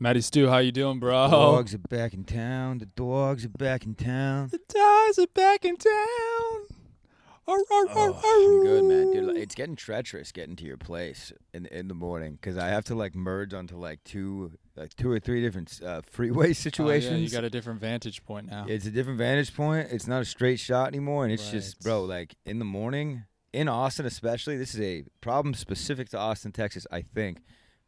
Matty Stew, how you doing, bro? Dogs are back in town. The dogs are back in town. The dogs are back in town. Arr, arr, arr, Oh, I'm good, man. arr. Dude, like, it's getting treacherous getting to your place in in the morning because I have to like merge onto like two, like two or three different uh, freeway Oh, yeah, situations. you got a different vantage point now. It's a different vantage point. It's not a straight shot anymore, and it's just, Right. bro, like in the morning in Austin, especially. This is a problem specific to Austin, Texas. I think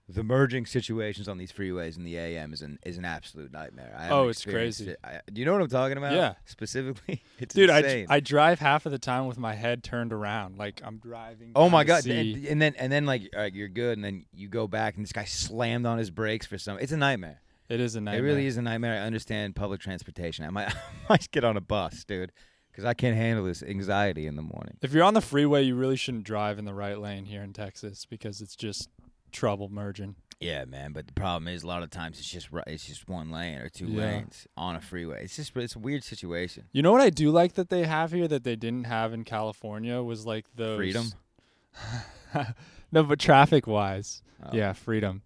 the merging situations on these freeways in the AM is an is an absolute nightmare. I haven't Oh, it's experienced crazy. it. I, do you know what I'm talking about? Yeah. specifically. It's Dude, I, insane. I drive half of the time with my head turned around, like I'm driving. Oh down my to god! see- And, and then and then like all right, you're good, and then you go back, and this guy slammed on his brakes for some. It's a nightmare. it is a nightmare. It really is a nightmare. I understand public transportation. I might I might get on a bus, dude, because I can't handle this anxiety in the morning. If you're on the freeway, you really shouldn't drive in the right lane here in Texas because it's just trouble merging. Yeah, man. But the problem is, a lot of times it's just ri- it's just one lane or two Yeah. lanes on a freeway. It's just it's a weird situation. You know what I do like that they have here that they didn't have in California was like those Freedom. no, but traffic wise, Oh. yeah, freedom.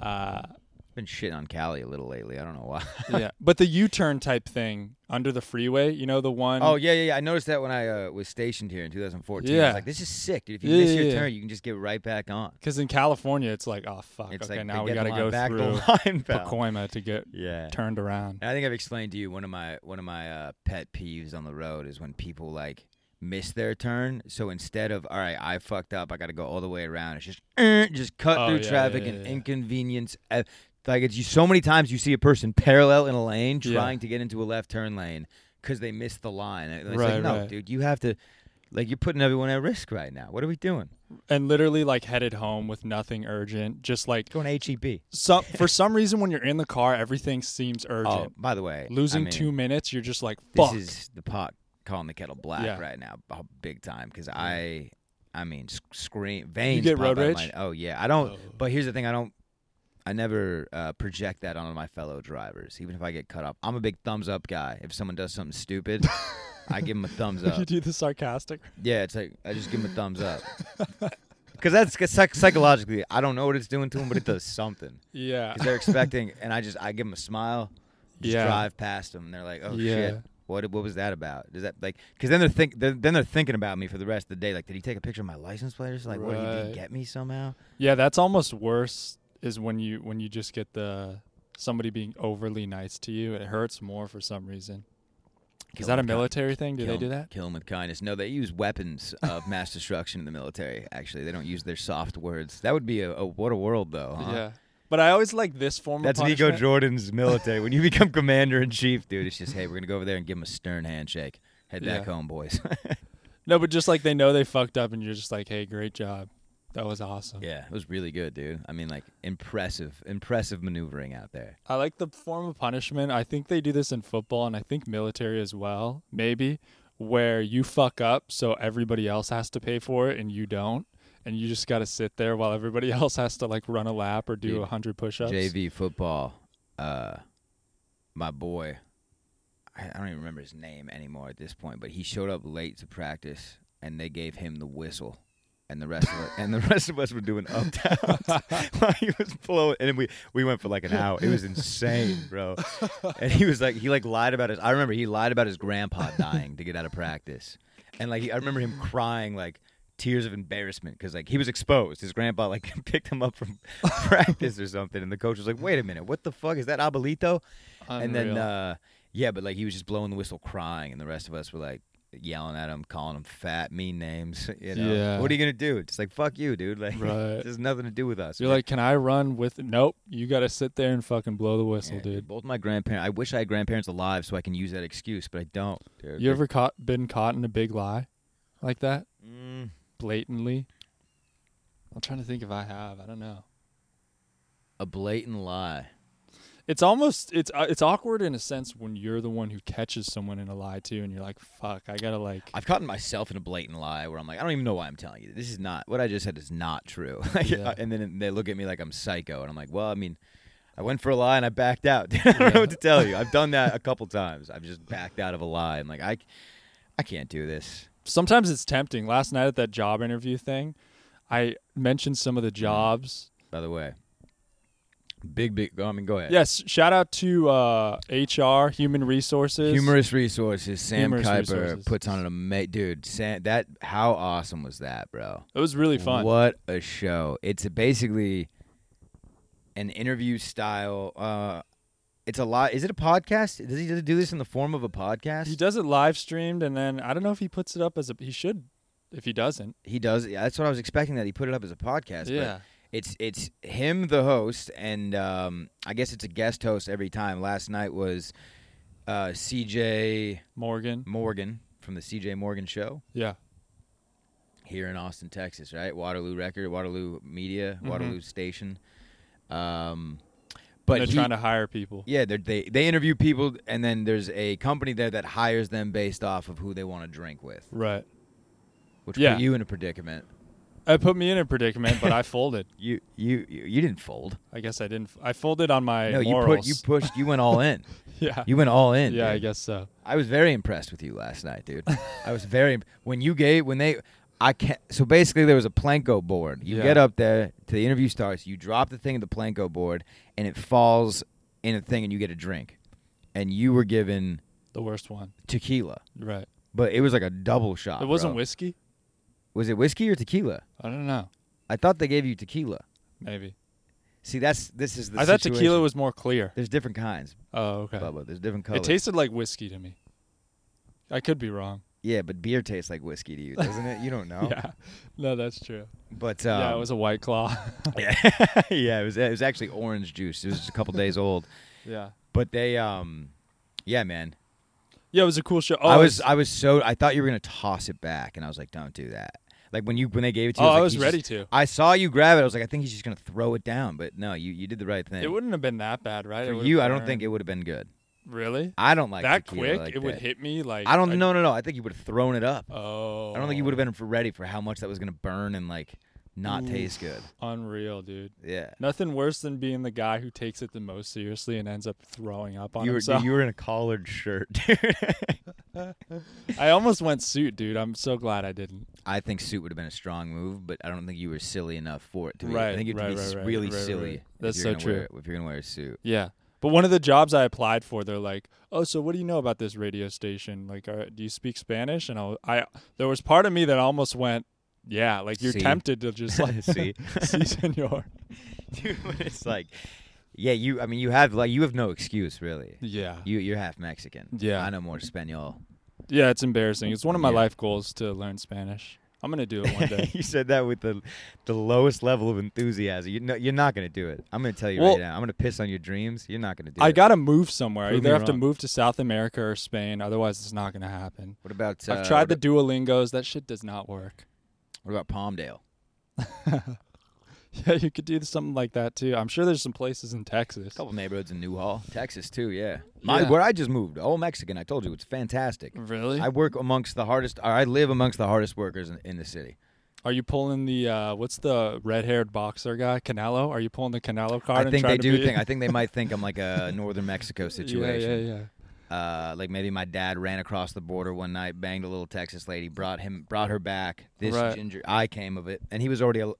Uh, I've been shitting on Cali a little lately. I don't know why. yeah, but the U-turn type thing under the freeway, you know the one Oh yeah, yeah, yeah. I noticed that when I uh, was stationed here in 2014. I Yeah. was like, this is sick, dude. If you Yeah, miss yeah, your yeah. turn, you can just get right back on. Because in California, it's like, oh fuck, It's okay, like now they we get got to the line go back through the line, pal. Pacoima to get Yeah. turned around. I think I've explained to you one of my one of my uh, pet peeves on the road is when people like miss their turn. So instead of all right, I fucked up, I got to go all the way around. It's just "Eh," just cut Oh, through yeah, traffic yeah, and yeah. inconvenience. Uh, Like it's you so many times you see a person parallel in a lane Yeah. trying to get into a left turn lane because they missed the line. And It's Right, like no, right. dude, you have to. Like you're putting everyone at risk right now. What are we doing? And literally, like headed home with nothing urgent. Just like Going E HEB. some for some reason, when you're in the car, everything seems Oh, urgent. by the way, I Losing mean- two minutes, you're just like, this fuck. is the pot calling the kettle black Yeah. right now, b- big time. Because I, I mean, sc- scream veins. get pop road out of rage? my- oh yeah, I don't. Oh. But here's the thing, I don't. I never uh, project that onto my fellow drivers, even if I get cut off. I'm a big thumbs up guy. If someone does something stupid, I give them a thumbs you up. do the sarcastic. Yeah, it's like I just give them a thumbs up. Because that's 'cause psych- psychologically, I don't know what it's doing to them, but it does something. Yeah. Because they're expecting, and I just I give them a smile, just Yeah. drive past them, and they're like, "Oh Yeah. shit, what what was that about?" Does that like? Because then they're think they're, then they're thinking about me for the rest of the day. Like, did he take a picture of my license plate or something? Like, what did he Right. get me somehow? Yeah, that's almost worse. Is when you when you just get the somebody being overly nice to you. It hurts more for some reason. Is Kill that a him with kind- military thing? Do kill they him- do that? Kill him with kindness. No, they use weapons of mass destruction in the military. Actually, they don't use their soft words. That would be a, a what a world though. Huh? Yeah. But I always like this form That's of Nico punishment. Jordan's military. when you become commander in chief, dude, it's just hey, we're gonna go over there and give him a stern handshake. Head back Yeah. home, boys. No, but just like they know they fucked up, and you're just like, "Hey, great job, that was awesome." Yeah, it was really good, dude. I mean, like impressive, impressive maneuvering out there. I like the form of punishment. I think they do this in football, and I think military as well, maybe, where you fuck up, so everybody else has to pay for it, and you don't, and you just got to sit there while everybody else has to like run a lap or do Dude, a hundred push-ups. JV football. Uh, my boy, I, I don't even remember his name anymore at this point, but he showed up late to practice, and they gave him the whistle. And the rest of it, and the rest of us were doing up downs. while he was blowing, and we we went for like an hour. It was insane, bro. And he was like, he like lied about his. I remember he lied about his grandpa dying to get out of practice, and like he, I remember him crying like tears of embarrassment because like he was exposed. His grandpa like picked him up from practice or something, and the coach was like, "Wait a minute, what the fuck is that, Abuelito?" And then Unreal. uh, yeah, but like he was just blowing the whistle, crying, and the rest of us were like yelling at him, calling him fat, mean names. You know, Yeah. what are you gonna do? It's like fuck you, dude. Like Right. this has nothing to do with us. you're man. like, "Can I run with?" Nope, you got to sit there and fucking blow the whistle, Yeah, dude. Both my grandparents. I wish I had grandparents alive so I can use that excuse, but I don't. Dude. You ever caught been caught in a big lie, like that? Mm, blatantly. I'm trying to think if I have. I don't know. a blatant lie. It's almost it's uh, it's awkward in a sense when you're the one who catches someone in a lie too, and you're like, "Fuck, I gotta like." I've caught myself in a blatant lie where I'm like, I don't even know why I'm telling you. This is not what I just said is not true. Like, Yeah. And then they look at me like I'm psycho, and I'm like, well, I mean, I went for a lie and I backed out. I don't know what to tell you. I've done that a couple times. I've just backed out of a lie. I'm like, I, I can't do this. Sometimes it's tempting. Last night at that job Mm-hmm. interview thing, I mentioned some of the jobs. By the way, Big, big. I mean, go ahead. Yes, shout out to uh, HR, Human Resources. Humorous resources. Sam Humorous Kuiper resources. puts on an amazing dude. Sam, that how awesome was that, bro? It was really fun. What a show! It's basically an interview style. Uh, it's a lot. Is it a podcast? Does he do this in the form of a podcast? He does it live streamed, and then I don't know if he puts it up as a. He should, if he doesn't. He does. Yeah, that's what I was expecting. That he put it up as a podcast. But yeah. it's it's him the host and um, i guess it's a guest host every time last night was uh, cj Morgan. morgan from the cj morgan show Yeah. here in austin texas right waterloo record waterloo media Mhm. waterloo station um, But but they're he- trying to hire people. yeah they're- they they interview people and then there's a company there that hires them based off of who they want to drink with Right. which Yeah. put you in a predicament It put me in a predicament, but I folded. you you you, you didn't fold I guess I didn't. I folded on my no you put morals. you pushed you went all in yeah. you went all in yeah, I dude. guess so. I was very impressed with you last night, dude. I was very imp- when you gave when they I can't. So basically, there was a Planko board. You Yeah. get up there to the interview starts. You drop the thing at the Planko board, and it falls in a thing, and you get a drink. And you were given The worst one. tequila, Right. but it was like a double shot. it wasn't Ah, bro. whiskey. Was it whiskey or tequila? I don't know. I thought they gave you tequila. Maybe. See, that's this is the. I thought situation. tequila was more clear. There's different kinds, Oh, okay. Bubba. There's different colors. It tasted like whiskey to me. I could be wrong. yeah, but beer tastes like whiskey to you, doesn't it? You don't know. Yeah. No, that's true. But Oh. um, yeah, it was a white claw. Yeah, yeah, it was it was actually orange juice. It was just a couple days old. yeah. But they um yeah, man. Yeah, it was a cool show. Oh, I it was I was so I thought you were going to toss it back and I was like don't do that. Like when you when they gave it to you Oh, I like, was he's ready just- to. I saw you grab it. I was like I think he's just going to throw it down, but no, you you did the right thing. It wouldn't have been that bad, right? For It would've you, I don't burned. think it would have been good. really I don't like that tequila quick. like it would that. hit me like I don't no no no. I think you would have thrown it up. Oh, I don't think you would have been for ready for how much that was going to burn and like not Oof. taste good. Unreal, dude. Yeah. Nothing worse than being the guy who takes it the most seriously and ends up throwing up on You were, himself. you were in a collared shirt, dude. I almost went suit, dude. I'm so glad I didn't. I think suit would have been a strong move, but I don't think you were silly enough for it to be. I Right, think you have to right, be right, s- right, really right, right. silly. if That's so you're gonna wear true. it- if you're gonna wear a suit, Yeah. But one of the jobs I applied for, they're like, "Oh, so what do you know about this radio station? Like, are, do you speak Spanish?" And I, wa- I, there was part of me that almost went, "Yeah," like you're See? tempted to just like, See? "See, senor." dude, but it's like, yeah, you. I mean, you have like you have no excuse really. Yeah. You you're half Mexican. Yeah. I know more Espanol. Yeah, it's embarrassing. It's one of my Yeah. life goals to learn Spanish. I'm gonna do it one day. you said that with the the lowest level of enthusiasm. You know, you're not gonna do it. I'm gonna tell you Well- right now. I'm gonna piss on your dreams. You're not gonna do I it. gotta move somewhere. I Prove either me have to wrong. move to South America or Spain. Otherwise, it's not gonna happen. What about? uh, I've tried what, the Duolingos. That shit does not work. What about Palmdale? Yeah, you could do something like that too. I'm sure there's some places in Texas. A couple neighborhoods in Newhall, Texas too. Yeah, my Yeah. where I just moved. All Mexican. I told you it's fantastic. Really? I work amongst the hardest. Or I live amongst the hardest workers in, in the city. Are you pulling the uh, what's the red-haired boxer guy? Canelo? Are you pulling the Canelo card? I and think they trying to do be- think. I think they might think I'm like a northern Mexico Yeah, situation. yeah, yeah. Uh, like maybe my dad ran across the border one night, banged a little Texas lady, brought him, brought her back. This Right. ginger, I came of it, and he was already. A,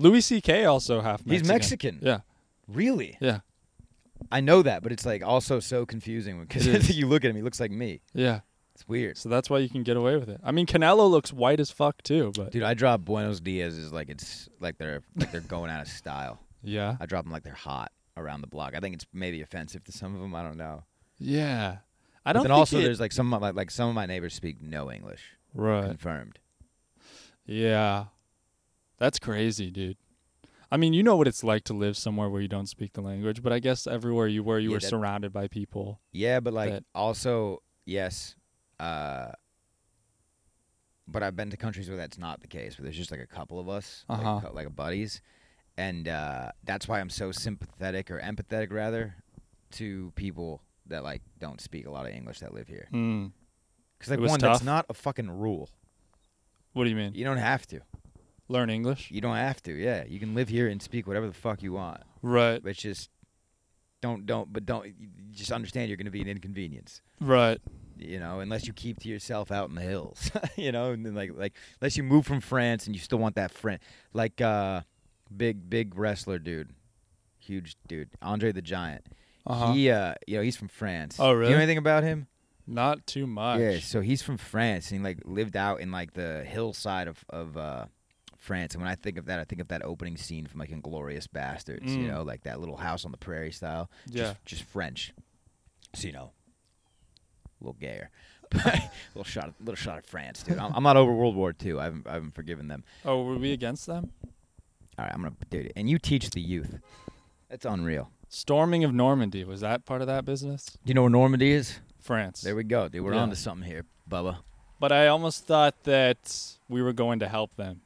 Louis C.K. also half. Mexican. he's Mexican. Yeah, Really, yeah, I know that, but it's like also so confusing It because is. you look at him, he looks like me. yeah. It's weird. So that's why you can get away with it. I mean, Canelo looks white as fuck too, but Dude, I drop Buenos Dias is like it's like they're like they're going out of style. yeah, I drop them like they're hot around the block. I think it's maybe offensive to some of them. I don't know. yeah. I But don't. then think also it- there's like some of my, like some of my neighbors speak no English. right. Confirmed. Yeah. That's crazy, dude. I mean, you know what it's like to live somewhere where you don't speak the language, but I guess everywhere you were, you Yeah, were that- surrounded by people. Yeah, but like That- also yes, uh, but I've been to countries where that's not the case. Where there's just like a couple of us, like, Uh-huh. cou- like a buddies, and uh, that's why I'm so sympathetic or empathetic rather to people that like don't speak a lot of English that live here. Mm. Because like It was one, that's tough. not a fucking rule. What do you mean? You don't have to. Learn English? You don't have to. Yeah, you can live here and speak whatever the fuck you want. Right. But just don't don't but don't you just understand you're going to be an inconvenience. Right. You know, unless you keep to yourself out in the hills. you know, and then like like unless you move from France and you still want that friend, like uh, big big wrestler dude, huge dude, Andre the Giant. Uh-huh. He, uh, you know, he's from France. Oh, Do you know really? anything about him? Not too much. Yeah, so he's from France and he like lived out in like the hillside of of uh, France. And when I think of that, I think of that opening scene from like Inglorious Bastards. You Mm. know, like that little house on the prairie style. Yeah. just, just French. So you know, a little gayer. But little shot, little shot at France, dude. I'm, I'm not over World War II. I haven't, I haven't forgiven them. Oh, were we against them? All right, I'm gonna, dude. And you teach the youth. That's unreal. Storming of Normandy was that part of that business? Do you know where Normandy is? France. There we go, dude. We're Yeah. onto something here, Bubba. But I almost thought that we were going to help them.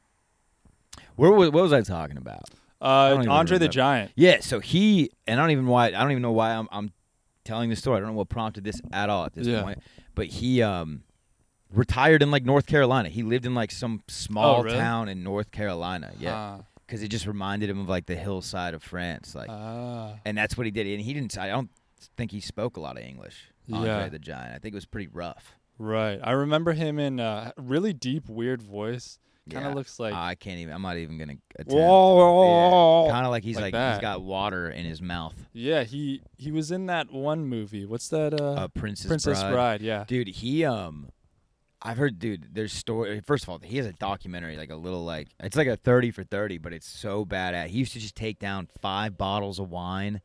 Where was, what was I talking about? don't Uh, even Andre the remember. Giant. Yeah, so he and I don't even why I don't even know why I'm I'm telling the story. I don't know what prompted this at all at this Yeah. point. But he um retired in like North Carolina. He lived in like some small Oh, really? town in North Carolina. Yeah. Cuz it just reminded him of like the hillside of France like Ah. Ah. and that's what he did. And he didn't I don't think he spoke a lot of English. Andre Yeah. the Giant. I think it was pretty rough. Right. I remember him in a really deep, weird voice. Kind of Yeah. looks like. I can't even I'm not even going to attempt. Whoa. Kind of like he's Like like, he's that. got water in his mouth. Yeah, he he was in that one movie. What's that? Uh, Uh, Princess, Princess Bride. Yeah. dude he um i've heard dude there's story first of all he has a documentary like a little like it's like a 30 for 30 but it's so bad at he used to just take down five bottles of wine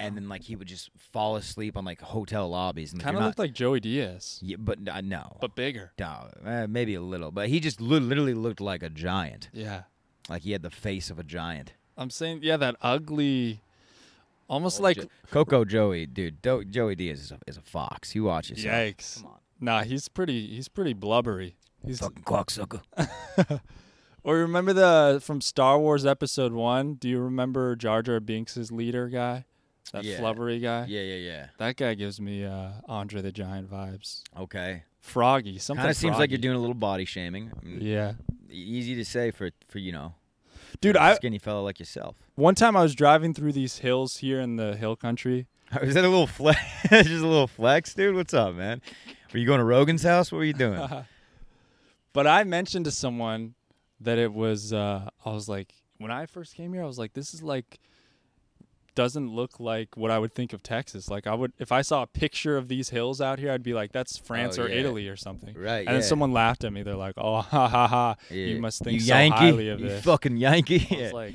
and then like he would just fall asleep on like hotel lobbies and Kind of you're looked not, like Joey Diaz, yeah, but uh, no but bigger. no, eh, maybe a little, but he just li- literally looked like a giant. Yeah. Like he had the face of a giant. I'm saying, yeah, that ugly, almost Old like. Jo- Coco Joey, dude. Do- Joey Diaz is a, is a fox. You watch yourself. Yikes. Come on. Nah, he's pretty. He's pretty blubbery. He's Fucking cocksucker. Or remember the from Star Wars Episode One? Do you remember Jar Jar Binks' leader guy, that Yeah. flubbery guy? Yeah, yeah, That guy gives me uh, Andre the Giant vibes. yeah. Okay. Froggy, something. Kind of seems like you're froggy. doing a little body shaming. I mean, Yeah, Easy to say for for you know, dude. a I skinny fellow like yourself. one time I was driving through these hills here in the hill country. Is that a little flex? Just a little flex, dude. What's up, man? Were you going to Rogan's house? What were you doing? But I mentioned to someone that it was. Uh, I was like, when I first came here, I was like, this is like doesn't look like what I would think of Texas. Like I would, if I saw a picture of these hills out here, I'd be like, that's France Oh, or yeah. Italy or something. right. And then someone laughed at me. They're like, "Oh, ha ha ha! You must think so Yankee, highly of you this." fucking Yankee. I was like,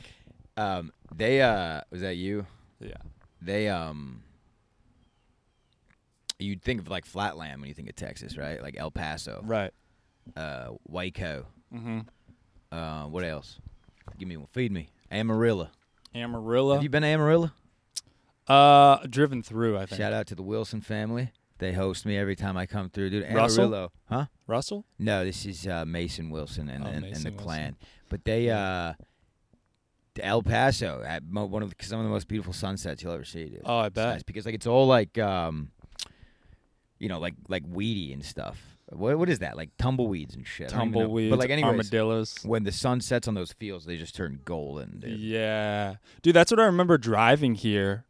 um, they uh, was that you? "Yeah, They um, you'd think of like Flatland when you think of Texas, right? Like El Paso, right." uh, Waco. Mm-hmm. Uh, what else? Give me one. Feed me. Amarillo. Amarillo, Have you been to Amarillo? uh, driven through. I think Shout out to the Wilson family. They host me every time I come through, dude. Russell? Amarillo, huh? Russell. No, this is uh, Mason Wilson and, Oh, and, and Mason the Wilson. clan. But they, uh, to El Paso, at mo- one of the, some of the most beautiful sunsets you'll ever see, dude. Oh, I It's bet. nice because like it's all like, um, you know, like like weedy and stuff. What what is that? Like tumbleweeds and shit. I don't even know. Tumbleweeds, But like anyways, armadillos. when the sun sets on those fields, they just turn golden, dude. Yeah, dude, that's what I remember driving here.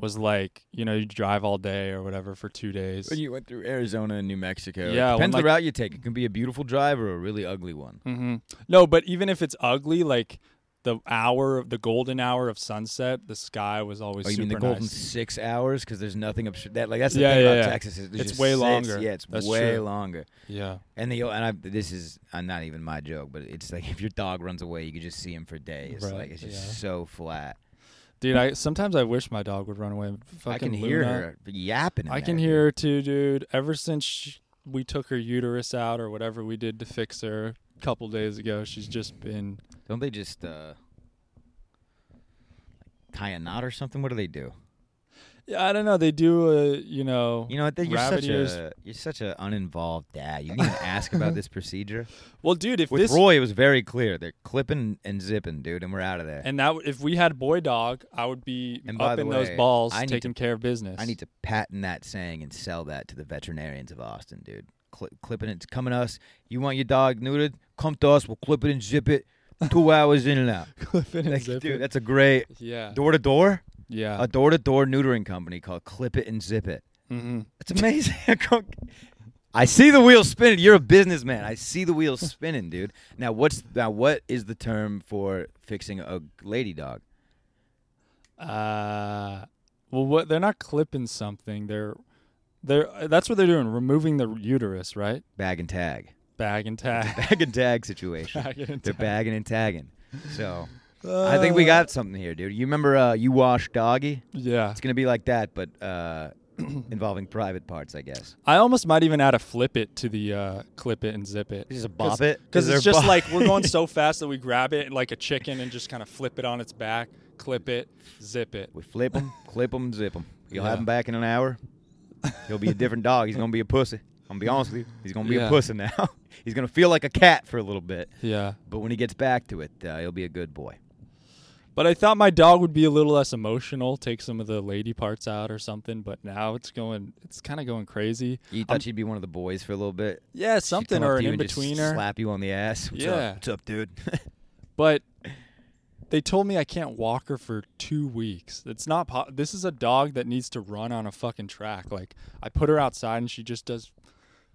Was like, you know, you drive all day or whatever for two days. When you went through Arizona and New Mexico, Yeah, it when, depends like- the route you take. It can be a beautiful drive or a really ugly one. hmm No, but even if it's ugly, like the hour, the golden hour of sunset, the sky was always Oh, you super mean the golden nice. six hours? Because there's nothing absurd. That like that's the Yeah, thing yeah, about yeah. Texas. Is there's It's just way sits- longer. Yeah, it's That's way true. longer. Yeah, And the and I, this is uh, not even my joke, but it's like if your dog runs away, you could just see him for days. Right, Like it's just yeah. so flat. dude. I sometimes I wish my dog would run away. Fucking I can hear Luna. her yapping. in I there, can dude. hear her too, dude. Ever since sh we took her uterus out or whatever we did to fix her a couple days ago, she's just been. Don't they just uh, tie a knot or something? What do they do? Yeah, I don't know. They do a, you know. You know what? They, you're Rabbit such ears. a you're such an uninvolved dad. You didn't even ask about this procedure. Well, dude, if With this Roy, it was very clear. They're clipping and zipping, dude, and we're out of there. and that if we had boy dog, I would be And by up the in those way, balls I need taking care of business. I need to patent that saying and sell that to the veterinarians of Austin, dude. Cli clipping it, coming to us. You want your dog neutered? Come to us. We'll clip it and zip it. Two hours in and out. clip it and Like, zip dude, it. that's a great Yeah, door to door, yeah. a door to door neutering company called Clip It and Zip It. hmm That's amazing. Go- I see the wheels spinning. You're a businessman. I see the wheels spinning, dude. Now what's now what is the term for fixing a lady dog? Uh, well, what they're not clipping something. They're they're that's what they're doing, removing the uterus, right? Bag and tag. Bag and tag. Bag and tag situation. Bag and They're tag. bagging and tagging. So I think we Uh, got something here, dude. You remember uh, you wash doggy? Yeah, It's gonna be like that, but uh, involving private parts, I guess. I almost might even add a flip it to the uh, clip it and zip it. Just a bop it? because Is it's there just bop- like we're going so fast that we grab it like a chicken and just kind of flip it on its back, clip it, zip it. We flip him, clip him, zip him. You'll have Yeah. him back in an hour. He'll be a different dog. He's gonna be a pussy. I'm gonna be honest with you. He's gonna be Yeah. a pussy now. He's gonna feel like a cat for a little bit, Yeah, but when he gets back to it, uh, he'll be a good boy. but I thought my dog would be a little less emotional, take some of the lady parts out or something. But now it's going, it's kind of going crazy. You thought she'd be one of the boys for a little bit. Yeah, She'd something come up or to an you in and just betweener. Slap you on the ass. What's Yeah. up? What's up, dude? But they told me I can't walk her for two weeks. It's not. Po- this is a dog that needs to run on a fucking track. Like I put her outside and she just does.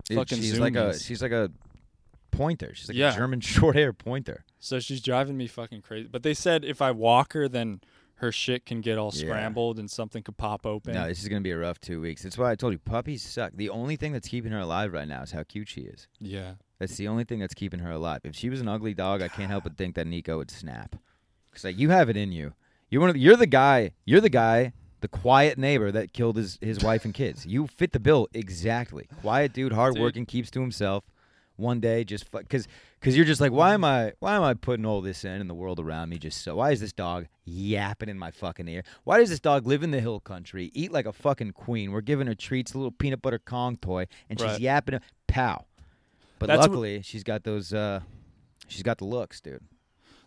Dude, Fucking she's like a zoomies. she's like a pointer. She's like Yeah. a German short hair pointer. So she's driving me fucking crazy. But they said if I walk her, then her shit can get all Yeah. scrambled and something could pop open. No, this is gonna be a rough two weeks. That's why I told you puppies suck. The only thing that's keeping her alive right now is how cute she is. yeah. That's the only thing that's keeping her alive. If she was an ugly dog, I can't help but think that Nico would snap. Cause like you have it in you. You're one of the, you're the guy. You're the guy. The quiet neighbor that killed his his wife and kids. You fit the bill exactly. Quiet dude, hardworking, keeps to himself. One day, just because because you're just like, why am I why am I putting all this in and the world around me just so? Why is this dog yapping in my fucking ear? Why does this dog live in the hill country, eat like a fucking queen? We're giving her treats, a little peanut butter Kong toy, and Right. she's yapping. Pow. But That's what- luckily, she's got those. Uh, she's got the looks, dude.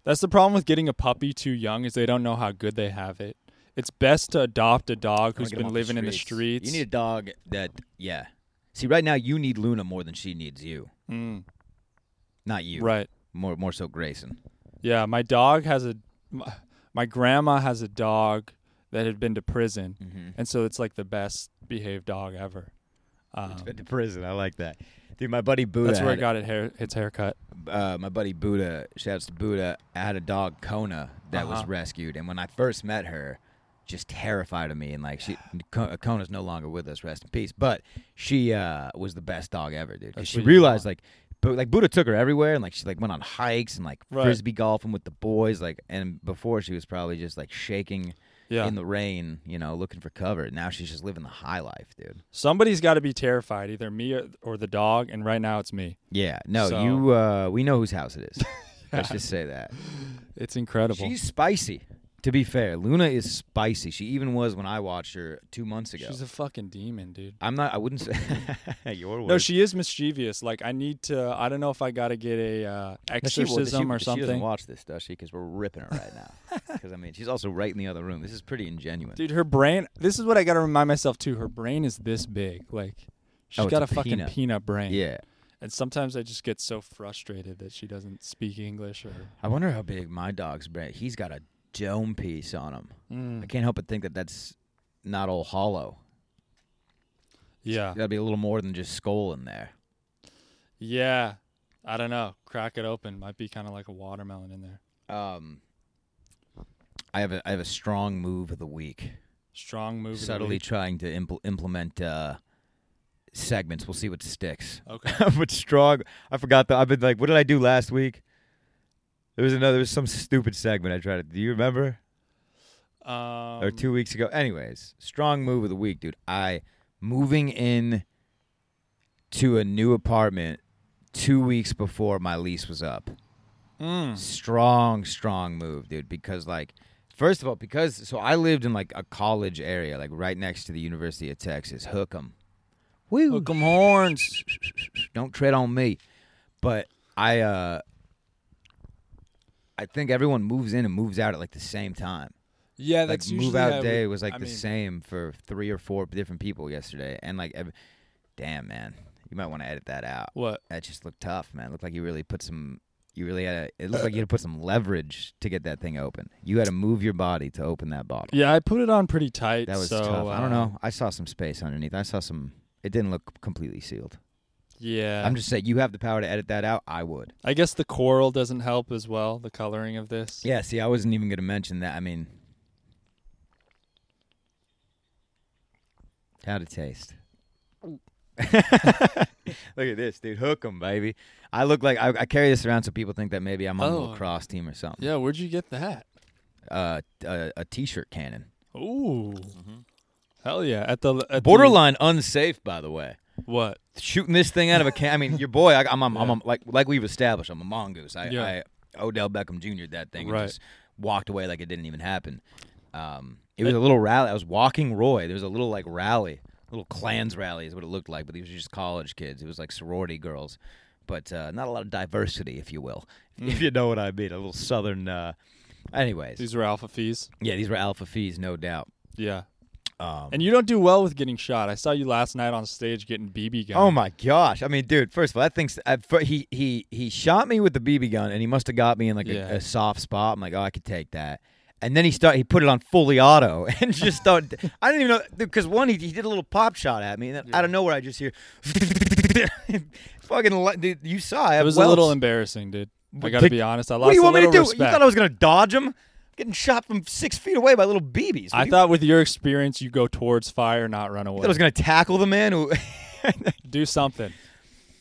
That's the problem with getting a puppy too young is they don't know how good they have it. It's best to adopt a dog who's Wanna get 'em been off living in the streets. You need a dog that, yeah. See, right now you need Luna more than she needs you. Mm, Not you. right. More, more so Grayson. Yeah, my dog has a my, my grandma has a dog that had been to prison, Mm-hmm. and so it's like the best behaved dog ever. Um, to prison. I like that, dude. My buddy Buddha. that's where it had- got it hair, its haircut. uh, my buddy Buddha, shouts to Buddha, I had a dog Kona that was Uh-huh. rescued, and when I first met her, just terrified of me, and like she, Ko- Kona's no longer with us, rest in peace. But she uh, was the best dog ever, dude. 'cause That's She what you realized like, Bu- like Buddha took her everywhere, and like she like went on hikes and like Right. frisbee golfing with the boys, like. And before she was probably just like shaking Yeah, in the rain, you know, looking for cover. Now she's just living the high life, dude. somebody's got to be terrified, either me or, or the dog, and right now it's me. Yeah, no, So- you. Uh, we know whose house it is. Let's just say that. It's incredible. She's spicy. To be fair, Luna is spicy. She even was when I watched her two months ago. She's a fucking demon, dude. I'm not. I wouldn't say your word. No, she is mischievous. Like I need to. I don't know if I got to get a uh, exorcism or She doesn't something. watch this, does she? Because we're ripping her right now. Because I mean, she's also right in the other room. This is pretty ingenuine. Dude, her brain. This is what I got to remind myself too. Her brain is this big. Like she's Oh, it's got a a, fucking peanut. peanut. brain. yeah. And sometimes I just get so frustrated that she doesn't speak English or. I wonder how big my dog's brain. He's got a dome piece on him. I can't help but think that that's not all hollow. Yeah. Got to be a little more than just skull in there. Yeah. I don't know. Crack it open. Might be kind of like a watermelon in there. Um, I have a I have a strong move of the week. Strong move. of the subtly week. trying to impl- implement uh, segments. We'll see what sticks. Okay. but strong, I forgot that. I've been like, what did I do last week? There was another, there was some stupid segment I tried to. Do you remember? Um, or two weeks ago. Anyways, strong move of the week, dude. I moving in to a new apartment two weeks before my lease was up. Mm. Strong, strong move, dude. Because like, first of all, because so I lived in like a college area, like right next to the University of Texas, Hookem. Woo. Hook'em horns. Don't tread on me. But I, uh I think everyone moves in and moves out at like the same time Yeah, like that's move usually out how day we- was like I the mean, same for three or four different people yesterday, and like, ev- damn man, you might want to edit that out. What? That just looked tough, man. Looked like you really put some. You really had. A, it looked like you had to put some leverage to get that thing open. You had to move your body to open that bottle. Yeah, I put it on pretty tight. That was so, tough. I uh, don't know. I saw some space underneath. I saw some. It didn't look completely sealed. Yeah, I'm just saying, you have the power to edit that out. I would. I guess the coral doesn't help as well. The coloring of this. Yeah. See, I wasn't even going to mention that. I mean, How to taste. look at this, dude. Hook 'em, baby. I look like I, I carry this around so people think that maybe I'm on a Oh. lacrosse team or something. Yeah, where'd you get that? Uh, a, a t-shirt cannon. Ooh, hell yeah! At the at the- Borderline unsafe, by the way. what? Shooting this thing out of a can. I mean, your boy. I, I'm, I'm, I'm, Yeah. like like we've established. I'm a mongoose. I, Yeah. I Odell Beckham Jr. that thing Right. and just walked away like it didn't even happen. Um, it was a little rally. I was walking Roy. There was a little like rally, little clans rally is what it looked like. But these were just college kids. It was like sorority girls, but uh, not a lot of diversity, if you will, if you know what I mean. A little southern. Uh, anyways, These were alpha fees. yeah, these were alpha fees, no doubt. Yeah, Um, and you don't do well with getting shot. I saw you last night on stage getting BB gun. Oh my gosh! I mean, dude. First of all, that thing's I, fir- he he he shot me with the BB gun, and he must have got me in like Yeah. a, a soft spot. I'm like, oh, I could take that. And then he start he put it on fully auto and just started. I didn't even know because one he, he did a little pop shot at me, and then out of nowhere I just hear fucking li- dude. You saw I it have was a little welts. embarrassing, dude. I But gotta take- be honest. I lost what do you a want me to little do? respect. You thought I was gonna dodge him? Getting shot from six feet away by little BBs. What I do you- thought with your experience, you go towards fire, not run away. I was gonna tackle the man who. do something.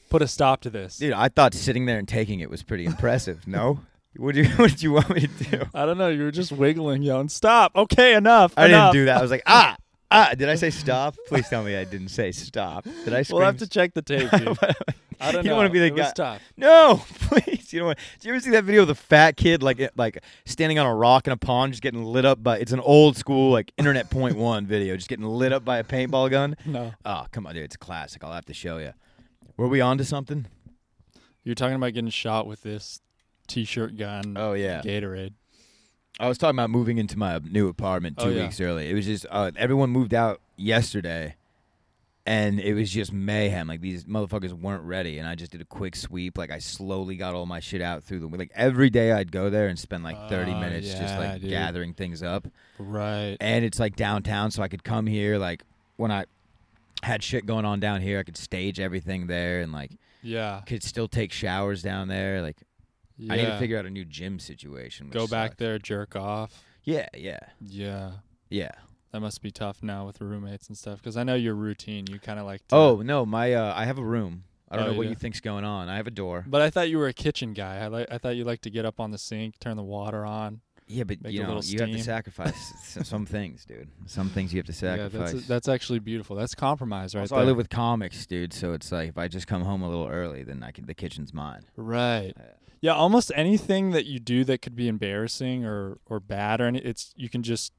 Put a stop to this. Dude, I thought sitting there and taking it was pretty impressive. no, what do you what did you want me to do? I don't know. You were just wiggling, yelling, "Stop! Okay, enough." I enough." didn't do that. I was like, ah, ah. Did I say stop? Please tell me I didn't say stop. Did I? Scream? We'll have to check the tape, dude. I don't know. You don't wanna be the it was guy- tough. No, please. You know what? Did you ever see that video of the fat kid like it- like standing on a rock in a pond, just getting lit up by? It's an old school like Internet Point One video, just getting lit up by a paintball gun. No. Oh, come on, dude. It's a classic. I'll have to show you. Were we on to something? You're talking about getting shot with this t-shirt gun. Oh, yeah. Gatorade. I was talking about moving into my new apartment two Oh, yeah. weeks early. It was just uh, everyone moved out yesterday, and it was just mayhem. Like these motherfuckers weren't ready, and I just did a quick sweep. Like I slowly got all my shit out through the like every day I'd go there and spend like thirty Oh, minutes just yeah, like dude. gathering things up. Right. And it's like downtown, so I could come here like when I had shit going on down here, I could stage everything there and like Yeah. could still take showers down there. Like I need to Yeah. figure out a new gym situation. which Go back sucks. there, jerk off. Yeah, yeah, Yeah. yeah. That must be tough now with roommates and stuff. Because I know your routine. You kind of like. To, Oh no, my uh, I have a room. I don't Oh, know what yeah. you think's going on. I have a door. But I thought you were a kitchen guy. I like. I thought you liked to get up on the sink, turn the water on. Yeah, but Make you a know, little you have to steam. sacrifice s- some things, dude. Some things you have to Yeah, sacrifice. that's that's actually beautiful. That's compromise, right also, there. I live with comics, dude. So it's like if I just come home a little early, then I can, the kitchen's mine. Right. Yeah. Yeah, almost anything that you do that could be embarrassing or or bad or any, it's you can just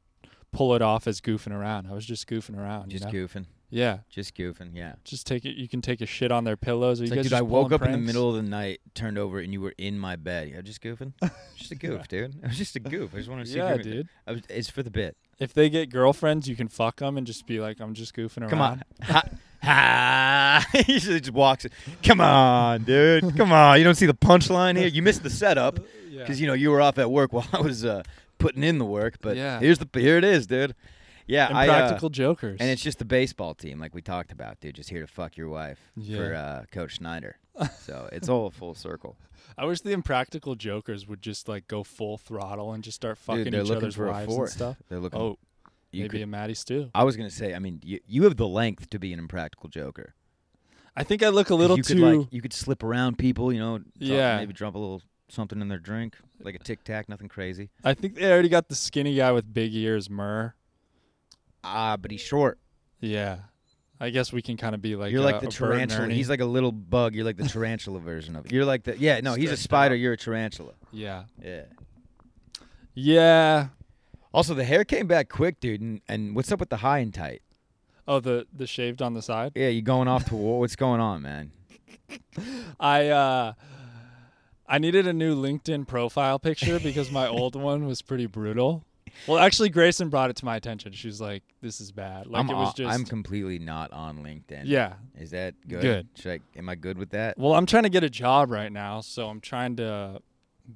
pull it off as goofing around. I was just goofing around. you Just know? goofing, Yeah, just goofing. Yeah. just take it. You can take a shit on their pillows. Or It's you guys like, dude, just I woke pulling up in the pranks? middle of the night, turned over, and you were in my bed. Yeah, just goofing. Just a goof, dude. It was just a goof. I just wanted to see. if Yeah, you were- dude. I was, it's for the bit. If they get girlfriends, you can fuck them and just be like, "I'm just goofing around." Come on. Ha. Ha. he just walks. in. Come on, dude. Come on. You don't see the punchline here. You missed the setup Yeah. because you know you were off at work while I was uh, putting in the work. But Yeah. here's the here it is, dude. Yeah, I, uh, Impractical jokers. and it's just the baseball team, like we talked about, dude. Just here to fuck your wife for Yeah. uh, Coach Schneider. so it's all full circle. I wish the impractical jokers would just like go full throttle and just start fucking dude, they're each looking other's for a wives fourth. and stuff. They're looking. Oh, you maybe could- a Maddie Stew. I was gonna say. I mean, you, you have the length to be an impractical joker. I think I look a 'Cause little you too. could like you could slip around people, you know, drop- Yeah. maybe drop a little something in their drink, like a tic tac, nothing crazy. I think they already got the skinny guy with big ears, Murr. Ah, but he's short. Yeah. I guess we can kind of be like you're uh, like the a Bert and tarantula. Ernie. He's like a little bug. You're like the tarantula version of it. You're like the yeah. No, he's a Stretched spider. out. You're a tarantula. yeah. Yeah. Yeah. Also, the hair came back quick, dude. And, and what's up with the high and tight? Oh, the the shaved on the side. Yeah, you going off to war? What's going on, man? I uh I needed a new LinkedIn profile picture because my old one was pretty brutal. Well, actually Grayson brought it to my attention. She's like, "This is bad." Like I'm it was on- just I'm completely not on LinkedIn. Yeah. Is that good? Good. Should I, am I good with that? Well, I'm trying to get a job right now, so I'm trying to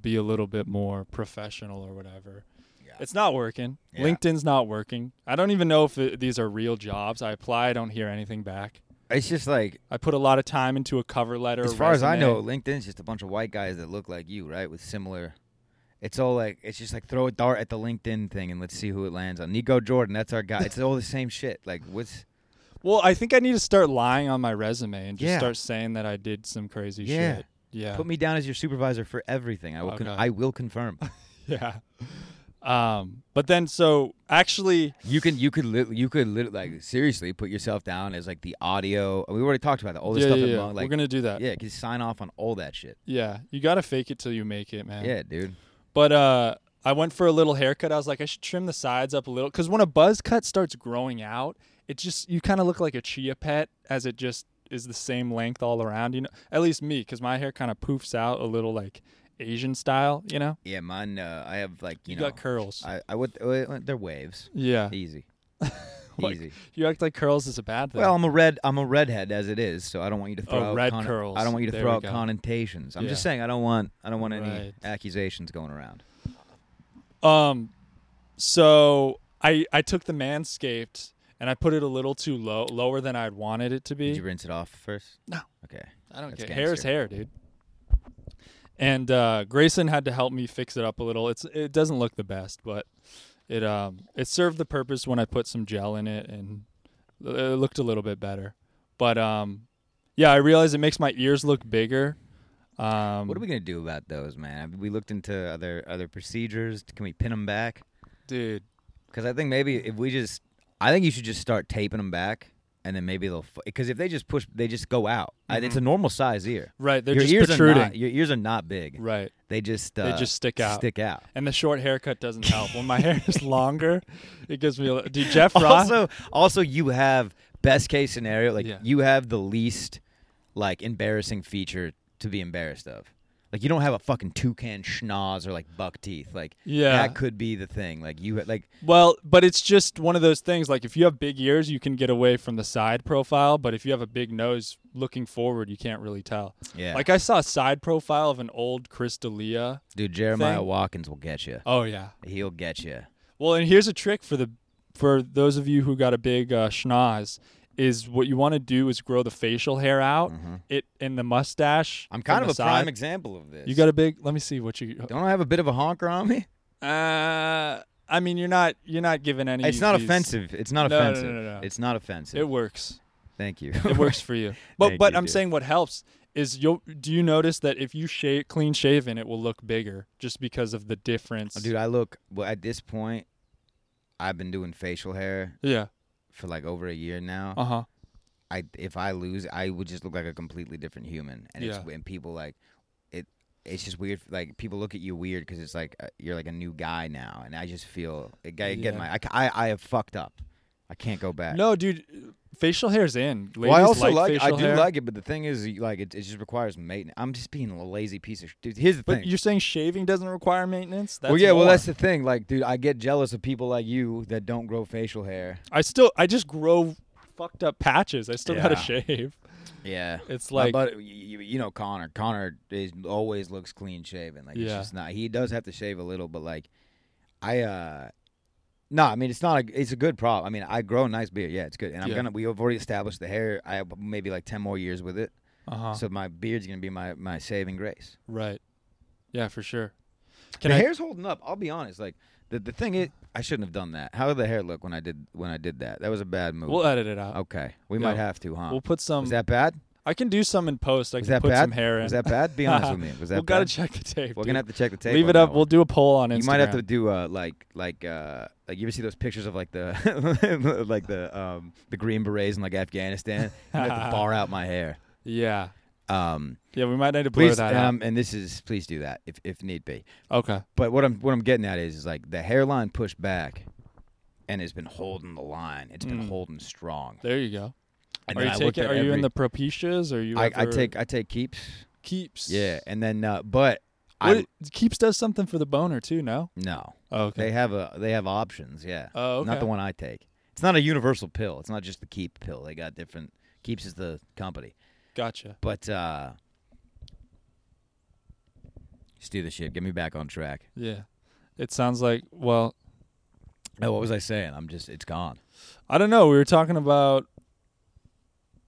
be a little bit more professional or whatever. Yeah. It's not working. Yeah. LinkedIn's not working. I don't even know if it, these are real jobs. I apply, I don't hear anything back. It's just like I put a lot of time into a cover letter. As a far as I know, resume. LinkedIn's just a bunch of white guys that look like you, right? With similar. It's all like it's just like throw a dart at the LinkedIn thing and let's see who it lands on. Nico Jordan, that's our guy. It's all the same shit. Like what's Well, I think I need to start lying on my resume and just Yeah. start saying that I did some crazy Yeah. shit. Yeah. Put me down as your supervisor for everything. I will. Con- Okay. I will confirm. yeah. Um, but then so actually You can. You could. Li- you could lit like seriously put yourself down as like the audio. We already talked about that. All this yeah, stuff. yeah, in yeah. Mo- like, we're going to do that. Yeah. yeah, you can sign off on all that shit. You got to fake it till you make it, man. Yeah, dude. But uh I went for a little haircut. I was like I should trim the sides up a little cuz when a buzz cut starts growing out, it just you kind of look like a chia pet as it just is the same length all around, you know. At least me cuz my hair kind of poofs out a little like Asian style, you know. Yeah, mine. Uh, I have like you, You, know. got curls. I, I would. uh, They're waves. yeah. Easy. Like, Easy. You act like curls is a bad thing. Well, I'm a red. I'm a redhead as it is, so I don't want you to throw Oh, out red curls. I don't want you to There throw we out go. connotations. I'm just Yeah. saying I don't want. I don't want any Right. accusations going around. Um, so I I took the manscaped and I put it a little too low, lower than I'd wanted it to be. Did you rinse it off first? No. Okay. I don't That's care. Hair is gangster. hair, dude. And uh, Grayson had to help me fix it up a little. It's it doesn't look the best, but it um it served the purpose when I put some gel in it and it looked a little bit better. But um, yeah, I realized it makes my ears look bigger. Um, What are we gonna do about those, man? I mean, we looked into other other procedures. Can we pin them back? dude? Because I think maybe if we just, I think you should just start taping them back, and then maybe they'll. Because if they just push, they just go out. I- it's a normal size ear. Right, Mm-hmm. they're your just ears protruding. are not. Your ears are not big. Right. They just. They Uh, just stick out. Stick out. And the short haircut doesn't help. When my hair is longer, it gives me a little. Dude, Jeff Ross. Also, also you have best case scenario, like Yeah. you have the least like embarrassing feature to be embarrassed of. Like you don't have a fucking toucan schnoz or like buck teeth. Like Yeah. that could be the thing. Like you like well, but it's just one of those things. Like, if you have big ears, you can get away from the side profile. But if you have a big nose looking forward, you can't really tell. yeah. Like, I saw a side profile of an old Crystalia. dude Jeremiah thing- Watkins will get you. Oh, yeah. He'll get you. Well, and here's a trick for the for those of you who got a big uh, schnoz is what you want to do is grow the facial hair out it and the mustache. Mm-hmm. I'm kind from of the a prime side. example of this. you got a big. Let me see what you. don't I have a bit of a honker on me? Uh, I mean, you're not you're not giving any. It's not these- offensive. It's not No, no, no, offensive. no, no. It's not offensive. It works. Thank you. It works for you. But Thank but you, I'm dude. saying what helps is you. will Do you notice that if you shave clean shaven, it will look bigger just because of the difference? Oh, Dude, I look well at this point I've been doing facial hair Yeah. for like over a year now. Uh huh. I if I lose, I would just look like a completely different human, and it's Yeah. and people like it. It's just weird. Like people look at you weird because it's like uh, you're like a new guy now, and I just feel like, I, again, Yeah. my I, ca- I I have fucked up. I can't go back. No, dude. Facial hair's in. Ladies well, I also like, like, I facial do hair. like it, but the thing is, like it, it just requires maintenance. I'm just being a lazy piece of sh- dude. Here's the But thing. you're saying shaving doesn't require maintenance? That's well, yeah, well more. that's the thing. Like, dude, I get jealous of people like you that don't grow facial hair. I still I just grow fucked up patches. I still gotta Yeah. shave. Yeah, It's My like- bud- y- you, you know Connor. Connor is always looks clean shaven. Like it's Yeah. just not. He does have to shave a little, but like I, uh no, I mean it's not. A, it's a good problem. I mean I grow a nice beard. Yeah, it's good. And I'm Yeah. gonna. We have already established the hair. I have maybe like ten more years with it. Uh huh. So my beard's gonna be my my saving grace. right. Yeah, for sure. the hair's holding up. I'll be honest. Like the the thing is, I shouldn't have done that. How did the hair look when I did when I did that? That was a bad move. We'll edit it out. okay, we Yeah. might have to, huh? We'll put some. was that bad? I can do some in post. I Was can that put bad? some hair in. Was that bad? Be honest with me. Was that we'll bad? gotta check the tape. We're dude. gonna have to check the tape. Leave on it that up. one. We'll do a poll on Instagram. You might have to do uh, like like uh, like you ever see those pictures of like the like the um, the green berets in like Afghanistan? You have to bar out my hair. Yeah. Um, Yeah, we might need to blur please, that and, out. um, and this is please do that if if need be. Okay. But what I'm what I'm getting at is, is like the hairline pushed back, and has been holding the line. It's been holding strong. There you go. And Hmm. are then you I looked taking? at Are you in every- the propitias? Or are you? I, I ever- take I take keeps. keeps. Yeah, and then uh, but What, I keeps does something for the boner too. No. no. Oh, okay. They have a they have options, yeah. Oh, Not okay. the one I take. It's not a universal pill. It's not just the Keep pill. They got different. Keeps is the company, gotcha. but uh just do the shit. Get me back on track. Yeah. It sounds like well, No, Oh, what was I saying? I'm just it's gone. I don't know. We were talking about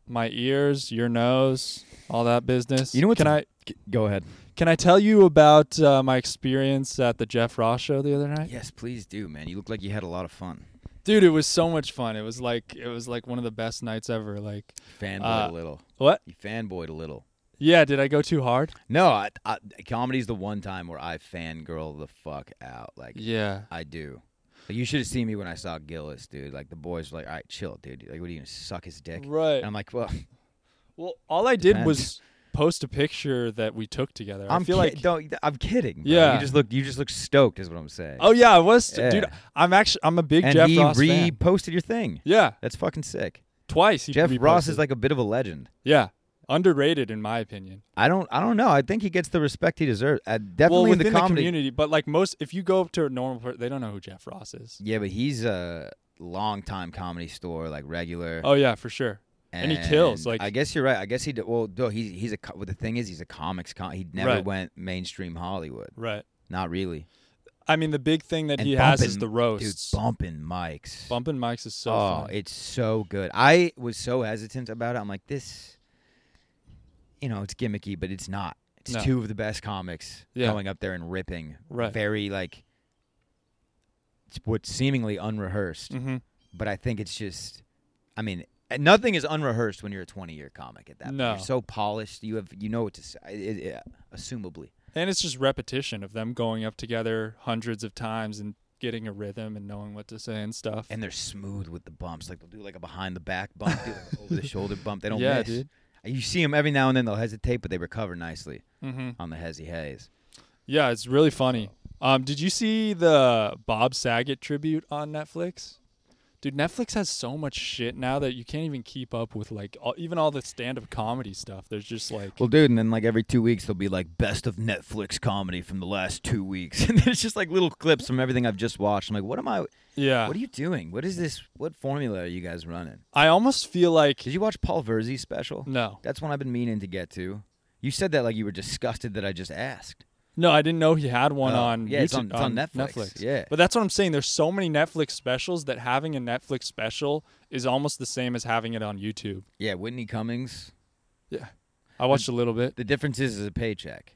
my ears, your nose, all that business. You know what's- Can I Go ahead. can I tell you about uh, my experience at the Jeff Ross show the other night? Yes, please do, man. You look like you had a lot of fun. Dude, it was so much fun. It was like it was like one of the best nights ever. Like Fanboy Uh, a little. what? You fanboyed a little. Yeah, did I go too hard? No, I, I, comedy's the one time where I fangirl the fuck out. Like Yeah. I do. Like, you should have seen me when I saw Gillis, dude. Like the boys were like, "All right, chill, dude. Like, what are you gonna suck his dick?" Right. And I'm like, "Well, Well, all I did Depends. was post a picture that we took together. I'm I feel ki- like don't, I'm kidding." bro. Yeah. You just look. You just look stoked, is what I'm saying. Oh yeah, I was dude. Yeah. I'm actually I'm a big and Jeff he Ross fan. reposted your thing. Yeah, That's fucking sick. twice. He Jeff Ross is reposted. like a bit of a legend. yeah, underrated in my opinion. I don't. I don't know. I think he gets the respect he deserves. Uh, definitely well, in within the comedy. community, but like most, if you go up to a normal person, they don't know who Jeff Ross is. yeah, but he's a long-time comedy store like regular. Oh yeah, for sure. and he kills, And like- I guess you're right. I guess he did. Well, no, he's he's a. co- Well, the thing is, he's a comics. Com- he never Right. went mainstream Hollywood. Right. Not really. I mean, the big thing that And he has bumping, is the Dude, roasts. bumping mics. Bumping mics is so oh, fun. it's so good. I was so hesitant about it. I'm like, this. You know, it's gimmicky, but it's not. It's No. two of the best comics Yeah. going up there and ripping. Right. Very like. It's what's seemingly unrehearsed. hmm but I think it's just, I mean, eh, nothing is unrehearsed when you're a 20 year comic at that. No. point. you're so polished. You have you know what to say. It, it, eh, assumably, And it's just repetition of them going up together hundreds of times and getting a rhythm and knowing what to say and stuff. and they're smooth with the bumps. Like they'll do like a behind the back bump, do like over the shoulder bump. They don't yeah, miss. dude. You see them every now and then. They'll hesitate, but they recover nicely Mm-hmm. on the hezzy haze. Yeah, it's really funny. Um, did you see the Bob Saget tribute on Netflix? Dude, Netflix has so much shit now that you can't even keep up with like all, even all the stand-up comedy stuff. There's just like Well, dude, and then like every two weeks they'll be like best of Netflix comedy from the last two weeks, and it's just like little clips from everything I've just watched. I'm like, what am I? yeah. What are you doing? What is this? What formula are you guys running? I almost feel like Did you watch Paul Verzi's special? no. That's one I've been meaning to get to. You said that like you were disgusted that I just asked. No, I didn't know he had one Oh, on yeah, it's YouTube- on- it's on Netflix. Yeah. But that's what I'm saying. There's so many Netflix specials that having a Netflix special is almost the same as having it on YouTube. Yeah, Whitney Cummings. Yeah. I watched a little bit, The difference is, is a paycheck.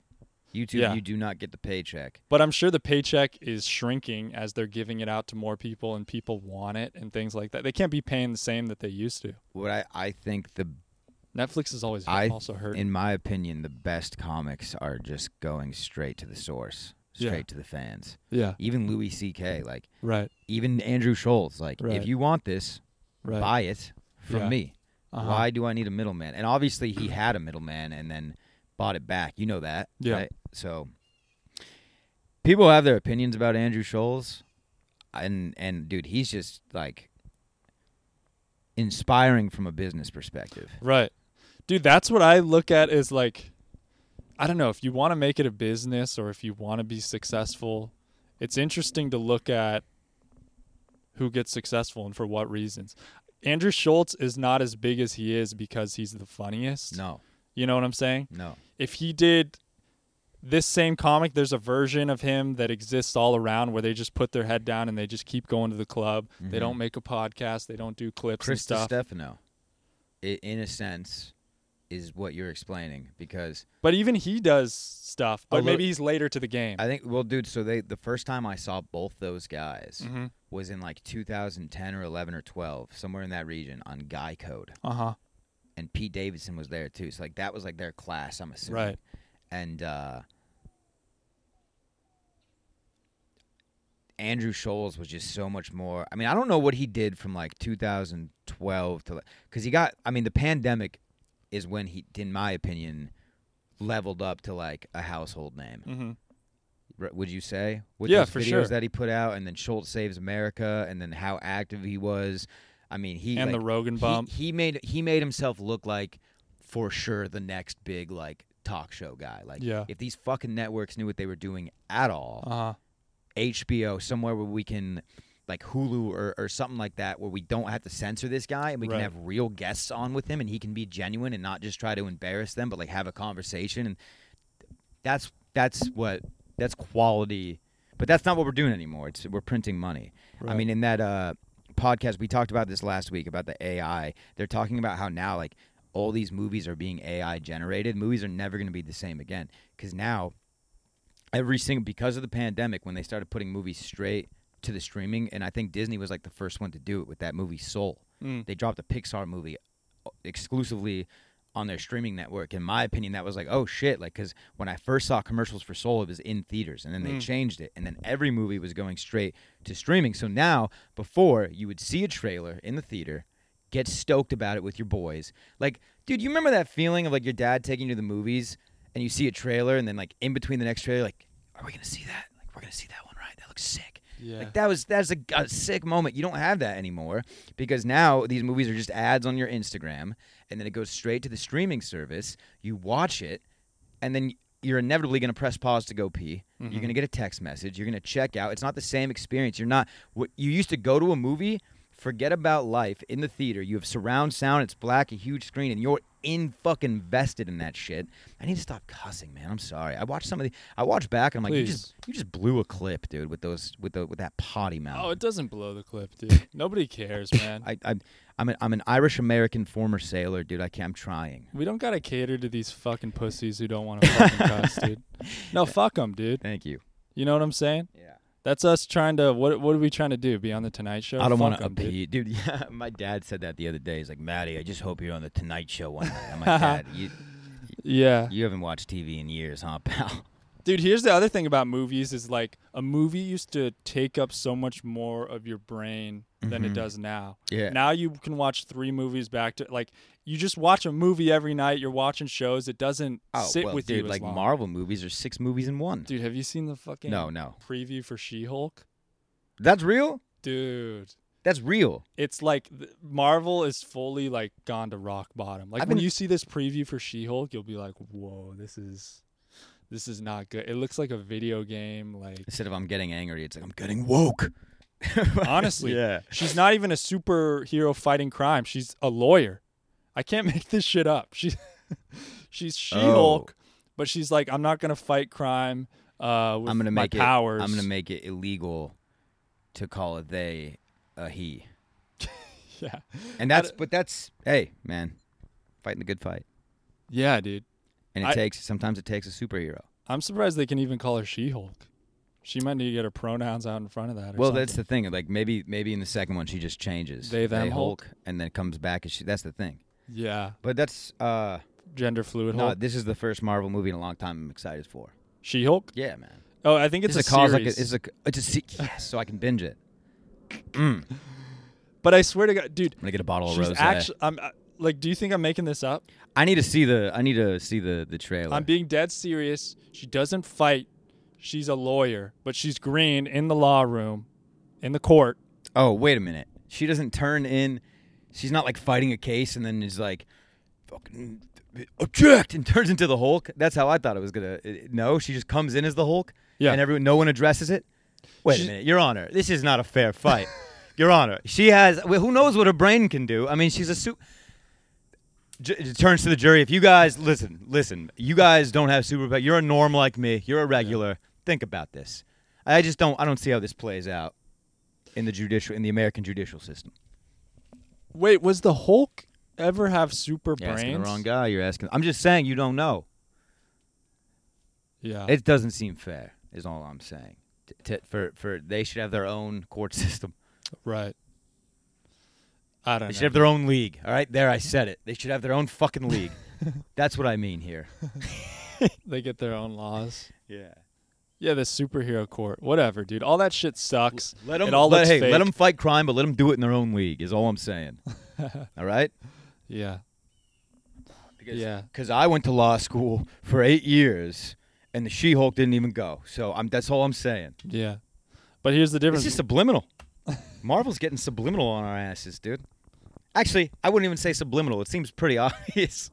YouTube, Yeah. you do not get the paycheck. but I'm sure the paycheck is shrinking as they're giving it out to more people and people want it and things like that. They can't be paying the same that they used to. What I, I think the Netflix is always I also hurt. in my opinion the best comics are just going straight to the source, Yeah. straight to the fans. yeah. Even Louis C.K. like Right. even Andrew Schultz like Right. if you want this, Right. buy it from Yeah. me. Uh-huh. Why do I need a middleman? And obviously, he had a middleman and then bought it back. You know that, Yeah. right? So people have their opinions about Andrew Scholes, and and dude, he's just like inspiring from a business perspective. Right. Dude, that's what I look at is like I don't know, if you want to make it a business or if you want to be successful, it's interesting to look at who gets successful and for what reasons. Andrew Schultz is not as big as he is because he's the funniest. No, You know what I'm saying? no, If he did this same comic, there's a version of him that exists all around where they just put their head down and they just keep going to the club. They Mhm. don't make a podcast, they don't do clips Chris and stuff. Stefano, in a sense, is what you're explaining because But even he does stuff. But Although- maybe he's later to the game. I think well, dude. So they the first time I saw both those guys. mm-hmm. was in like 2010 or 11 or 12, somewhere in that region on Guy Code. Uh huh. And Pete Davidson was there too. So like that was like their class, I'm assuming. Right. And uh Andrew Scholes was just so much more. I mean, I don't know what he did from like 2012 to cuz he got I mean, the pandemic is when he in my opinion leveled up to like a household name. Mm-hmm. r- would you say? With Yeah, those for videos sure. that he put out, and then Schultz Saves America, and then how active he was. I mean, he And the like, Rogan he- bump. He, made he made himself look like for sure the next big like talk show guy. Like, Yeah. if these fucking networks knew what they were doing at all, Uh huh. HBO somewhere where we can like Hulu or, or something like that where we don't have to censor this guy and we Right. can have real guests on with him and he can be genuine and not just try to embarrass them but like have a conversation and that's that's what that's quality but that's not what we're doing anymore it's we're printing money I Right. mean in that uh podcast we talked about this last week about the AI they're talking about how now like all these movies are being AI generated movies are never going to be the same again cuz now every single because of the pandemic when they started putting movies straight to the streaming, and I think Disney was like the first one to do it with that movie Soul. Mm. They dropped a Pixar movie uh, exclusively on their streaming network. In my opinion, that was like, oh shit, like because when I first saw commercials for Soul, it was in theaters, and then they Mm. changed it, and then every movie was going straight to streaming. So now, before you would see a trailer in the theater, get stoked about it with your boys. Like, dude, you remember that feeling of like your dad taking you to the movies and you see a trailer and then like in between the next trailer, like, are we gonna see that? Like, we're gonna see that one, right? That looks sick. Yeah. Like that was that's a, a sick moment. You don't have that anymore because now these movies are just ads on your Instagram, and then it goes straight to the streaming service. You watch it, and then you're inevitably going to press pause to go pee. Mm-hmm. You're going to get a text message. You're going to check out. It's not the same experience. You're not. What you used to go to a movie, forget about life in the theater. You have surround sound. It's black, a huge screen, and you're in fucking vested in that shit. I need to stop cussing, man. I'm sorry. I watched some of the. I watched back. and I'm like, you just you just blew a clip, dude, with those with the with that potty mouth. Oh, it doesn't blow the clip, dude. Nobody cares, man. I, I I'm an, I'm an Irish American former sailor, dude. I can't. I'm trying. we don't gotta cater to these fucking pussies who don't want to fucking cuss, dude. No, fuck them, dude. Thank you. You know what I'm saying? Yeah. That's us trying to. What What are we trying to do? Be on the Tonight Show? I don't Fuck want to 'em, dude. appease, dude. Yeah, my dad said that the other day. He's like, Maddie, I just hope you're on the Tonight Show one night. I'm like, Dad, you Yeah, you haven't watched TV in years, huh, pal? dude. Here's the other thing about movies is like a movie used to take up so much more of your brain than it Mhm. does now. Yeah. Now you can watch three movies back to like you just watch a movie every night. You're watching shows. It doesn't oh, sit well, with dude, you as like long. Marvel movies are six movies in one. Dude, have you seen the fucking no, no, preview for She-Hulk? that's real. Dude, That's real. it's like th- Marvel is fully like gone to rock bottom. Like I've when been- you see this preview for She-Hulk, you'll be like, "Whoa, this is this is not good." It looks like a video game like Instead of I'm getting angry, it's like I'm getting woke. Honestly. yeah. She's not even a superhero fighting crime. She's a lawyer. I can't make this shit up. She, she's Oh. She Hulk, but she's like, I'm not gonna fight crime. Uh, with I'm gonna my make powers. it. I'm gonna make it illegal to call a they a he. yeah, And that's uh, but that's hey man, fighting the good fight. yeah, dude. And it I- takes sometimes it takes a superhero. I'm surprised they can even call her She Hulk. She might need to get her pronouns out in front of that. Or Well, that's something. the thing. Like maybe maybe in the second one she just changes. They, them Hulk? and then comes back as she. That's the thing. yeah, But that's uh gender fluid no. Hulk. This is the first Marvel movie in a long time. I'm excited for. She Hulk. Yeah, man. Oh, I think it's This a is cause like a, series. it's a it's a se- yes, so I can binge it. but I swear to God, dude, I'm gonna get a bottle of she's rose. eh. actually. I'm uh, like, do you think I'm making this up? I need to see the I need to see the the trailer. I'm being dead serious. She doesn't fight. She's a lawyer, but she's green in the law room, in the court. oh wait a minute. She doesn't turn in. She's not like fighting a case and then is like fucking object and turns into the Hulk. That's how I thought it was gonna. it- no, she just comes in as the Hulk. Yeah. and everyone, no one addresses it. Wait She's- a minute, Your Honor, this is not a fair fight. Your Honor, she has. Well, who knows what her brain can do? I mean, she's a su- Ju- it turns to the jury. If you guys listen, listen, you guys don't have superpower. You're a norm like me. You're a regular. Think about this. I just don't. I don't see how this plays out in the judicial in the American judicial system. Wait, was the Hulk ever have super You're asking the brains? wrong guy. You're asking. I'm just saying you don't know. Yeah. It doesn't seem fair. Is all I'm saying. T- t- for for they should have their own court system. right. I don't They know. should have their own league. All right, there I said it. They should have their own fucking league. That's what I mean here. they get their own laws. Yeah. Yeah, the superhero court. Whatever, dude. All that shit sucks. Let them It all let, looks hey, fake. let them fight crime, but let them do it in their own league. Is all I'm saying. all right. Yeah. Because, Yeah. Because I went to law school for eight years, and the She-Hulk didn't even go. So I'm. That's all I'm saying. Yeah. But here's the It's difference. just subliminal. Marvel's getting subliminal on our asses, dude. Actually, I wouldn't even say subliminal. It seems pretty obvious.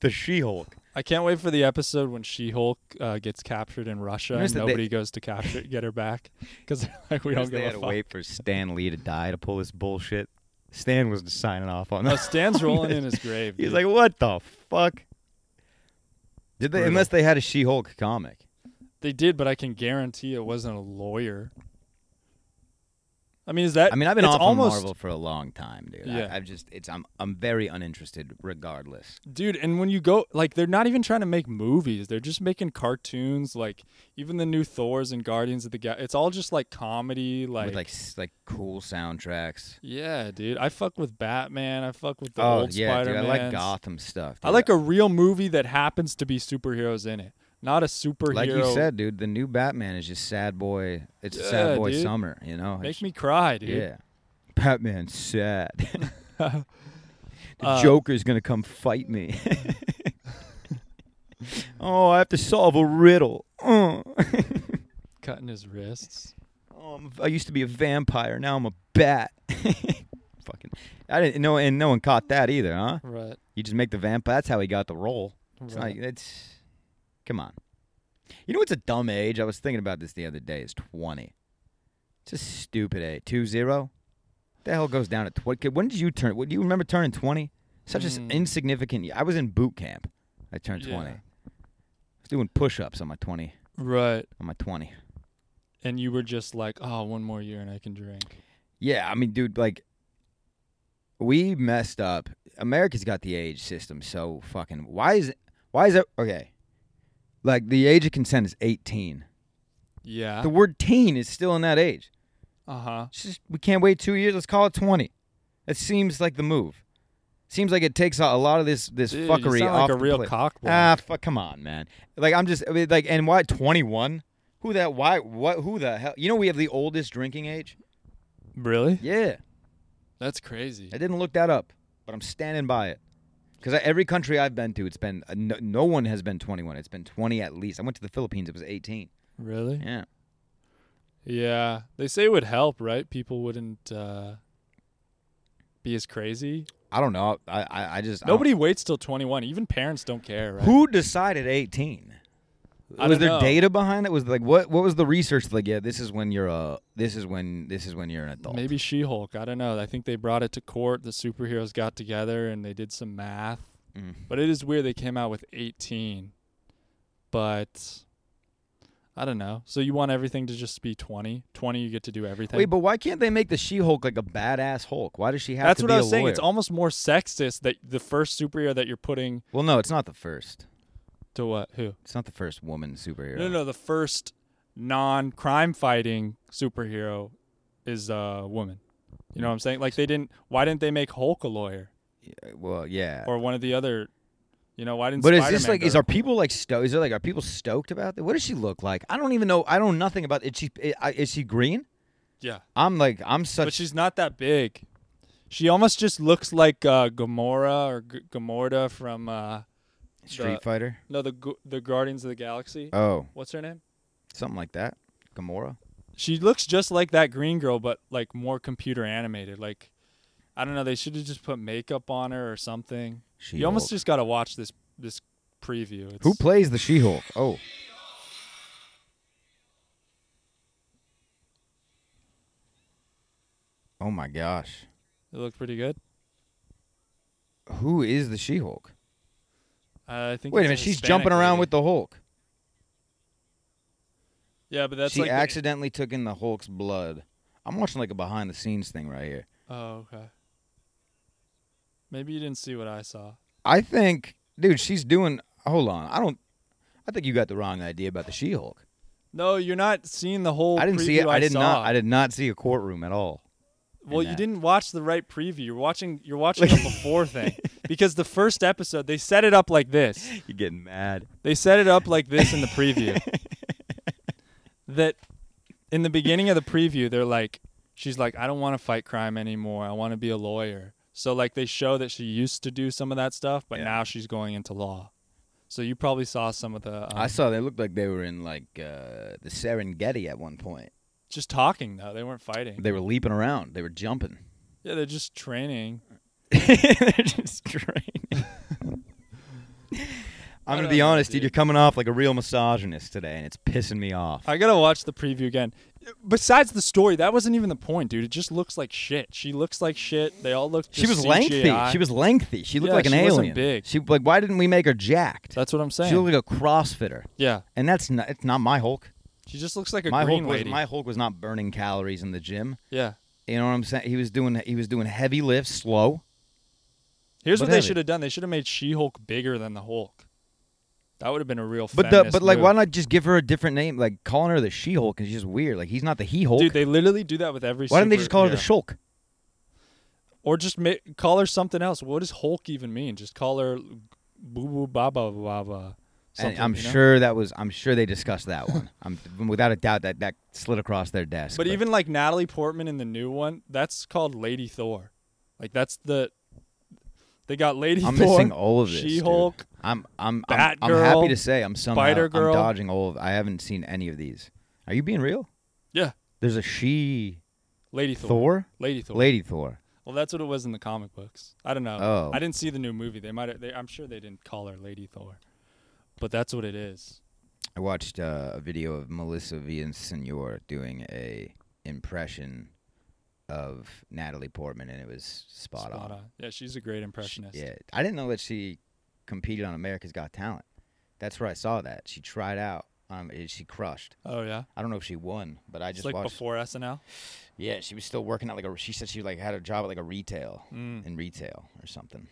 The She-Hulk. I can't wait for the episode when She-Hulk uh, gets captured in Russia Notice and that they- nobody goes to capture get her back because like we don't they give had a to fuck. wait for Stan Lee to die to pull this bullshit. Stan was signing off on Oh, that. Stan's rolling in his grave. He's dude. like, what the fuck? Did they? Brutal. Unless they had a She-Hulk comic. They did, but I can guarantee it wasn't a lawyer. I mean, is that? I mean, I've been it's off almost, of Marvel for a long time, dude. Yeah. I, I've just it's I'm I'm very uninterested regardless. dude. And when you go, like, they're not even trying to make movies; they're just making cartoons. Like, even the new Thor's and Guardians of the Galaxy, it's all just like comedy. Like, with like s- like cool soundtracks. yeah, dude. I fuck with Batman. I fuck with the oh old yeah, Spider-Man. dude, I like Gotham stuff. I dude. like a real movie that happens to be superheroes in it, not a superhero. like you said, dude. The new Batman is just sad boy. It's Yeah, sad boy dude. summer. You know, make It's- me cry, dude. yeah. Batman sad. the Uh, Joker's gonna come fight me. oh, I have to solve a riddle. Uh. Cutting his wrists. Oh, I'm, I used to be a vampire. Now I'm a bat. Fucking, I didn't know, and no one caught that either, huh? Right. You just make the vampire. That's how he got the role. It's right. like it's. Come on. You know what's a dumb age? I was thinking about this the other day. Is twenty. It's a stupid age. Two zero. The hell goes down at twenty. When did you turn? What do you remember turning twenty? Such an Mm. insignificant. I was in boot camp. I turned Yeah. twenty. I was doing push-ups on my twenty. Right. On my twenty. And you were just like, oh, one more year and I can drink. Yeah, I mean, dude, like, we messed up. America's got the age system so fucking. Why is it? Why is it okay? Like the age of consent is eighteen. Yeah. The word teen is still in that age. Uh huh. It's just we can't wait two years. Let's call it twenty. That seems like the move. Seems like it takes a a lot of this this Dude, fuckery you sound off like a the real plate. cock block. Ah, fuck, come on, man. Like I'm just I mean, like, and why twenty one? Who that? Why? What? Who the hell? You know we have the oldest drinking age. Really? Yeah. That's crazy. I didn't look that up, but I'm standing by it. Because every country I've been to, it's been uh, no, no one has been 21. It's been 20 at least. I went to the Philippines; it was 18. Really? Yeah, Yeah. They say it would help, right? People wouldn't uh, be as crazy. I don't know. I I, I just I don't- Nobody waits till 21. Even parents don't care, right? who decided 18. I was don't there know. data behind that? Was like what? What was the research like? Yeah, this is when you're a. This is when. This is when you're an adult. Maybe She Hulk. I don't know. I think they brought it to court. The superheroes got together and they did some math. Mm. But it is weird they came out with 18. But I don't know. So you want everything to just be 20? 20, you get to do everything. Wait, but why can't they make the She-Hulk like a badass Hulk? Why does she have That's to what be I a was saying. lawyer? It's almost more sexist that the first superhero that you're putting well, no, it's not the first. to what? Who? It's not the first woman superhero. No, no, the first non crime fighting superhero is a woman. You know what I'm saying? Like they didn't why didn't they make Hulk a lawyer Yeah, Well, yeah. or one of the other you know, why didn't But is Spider-Man this like? go Is to- our people like? Sto- is it like? Are people stoked about that? What does she look like? I don't even know. I know nothing about. Is she? i- I- Is she green? Yeah. I'm like. I'm But, such. she's not that big. She almost just looks like uh, Gamora or G- Gamorda from uh, Street the- Fighter. no the Gu- the Guardians of the Galaxy. Oh, What's her name? something like that. Gamora. She looks just like that green girl, but like more computer animated. Like I don't know, they should have just put makeup on her or something. She. you almost just gotta watch this this preview. It's, Who plays the She-Hulk? Oh, oh my gosh. It looked pretty good. Who is the She-Hulk? Uh, I think. Wait a it's minute. She's Hispanic jumping around lady. with the Hulk. Yeah, but that's she like the- accidentally took in the Hulk's blood. I'm watching like a behind-the-scenes thing right here. oh okay. Maybe you didn't see what I saw. I think, dude, she's doing. Hold on, I don't. I think you got the wrong idea about the She-Hulk. No, you're not seeing the whole. I didn't see preview it. I, did saw. not. I did not see a courtroom at all. Well, in you that. didn't watch the right preview. You're watching. You're watching the before thing because the first episode they set it up like this. You're getting mad. They set it up like this in the preview. that in the beginning of the preview, they're like, she's like, I don't want to fight crime anymore. I want to be a lawyer. So like they show that she used to do some of that stuff, but Yeah. now she's going into law. So you probably saw some of the um, I saw they looked like they were in like uh, the Serengeti at one point. just talking though. They weren't fighting. They were leaping around. They were jumping. Yeah, they're just training. They're just training. I'm gonna don't be know, honest, dude. dude. You're coming off like a real misogynist today, and it's pissing me off. I gotta watch the preview again. Besides the story, that wasn't even the point, dude. It just looks like shit. She looks like shit. They all look. she just was lengthy. CGI. She was lengthy. She looked Yeah, like an she alien. wasn't big. She like why didn't we make her jacked? That's what I'm saying. She looked like a CrossFitter. yeah, And that's not it's not my Hulk. she just looks like a my green Hulk was lady. my Hulk was not burning calories in the gym. yeah, You know what I'm saying? He was doing he was doing heavy lifts, slow. Here's But what they heavy. should have done. They should have made She-Hulk bigger than the Hulk. That would have been a real. But the, feminist but like move. why not just give her a different name? Like calling her the She Hulk is just weird. Like he's not the He Hulk. Dude, they literally do that with every. why don't they just call her the superhero. Shulk? Or just ma- call her something else. What does Hulk even mean? Just call her Boo Boo Baba Baba. And something, I'm you know? sure that was I'm sure they discussed that one. I'm without a doubt that that slid across their desk. But even like Natalie Portman in the new one, that's called Lady Thor. Like that's the. They got Lady I'm Thor. missing all of this. dude. She-Hulk. I'm I'm I'm, I'm happy Batgirl, to say I'm somehow Spider-Girl. I'm dodging all of. I haven't seen any of these. Are you being real? Yeah, There's a she Lady Thor. Thor, Lady Thor. Lady Thor. Well, that's what it was in the comic books. I don't know. Oh. I didn't see the new movie. They might. have- They, I'm sure they didn't call her Lady Thor, but that's what it is. I watched uh, a video of Melissa Villasenor doing a impression of Natalie Portman, and it was spot, Spot on. on. Yeah, she's a great She- impressionist. yeah, I didn't know that she competed on America's Got Talent. That's where I saw that. She tried out. Um, and she crushed. Oh yeah. I don't know if she won, but I It's just like watched. before SNL. Yeah, she was still working at like a. She said she like had a job at like a retail Mm. in retail or something.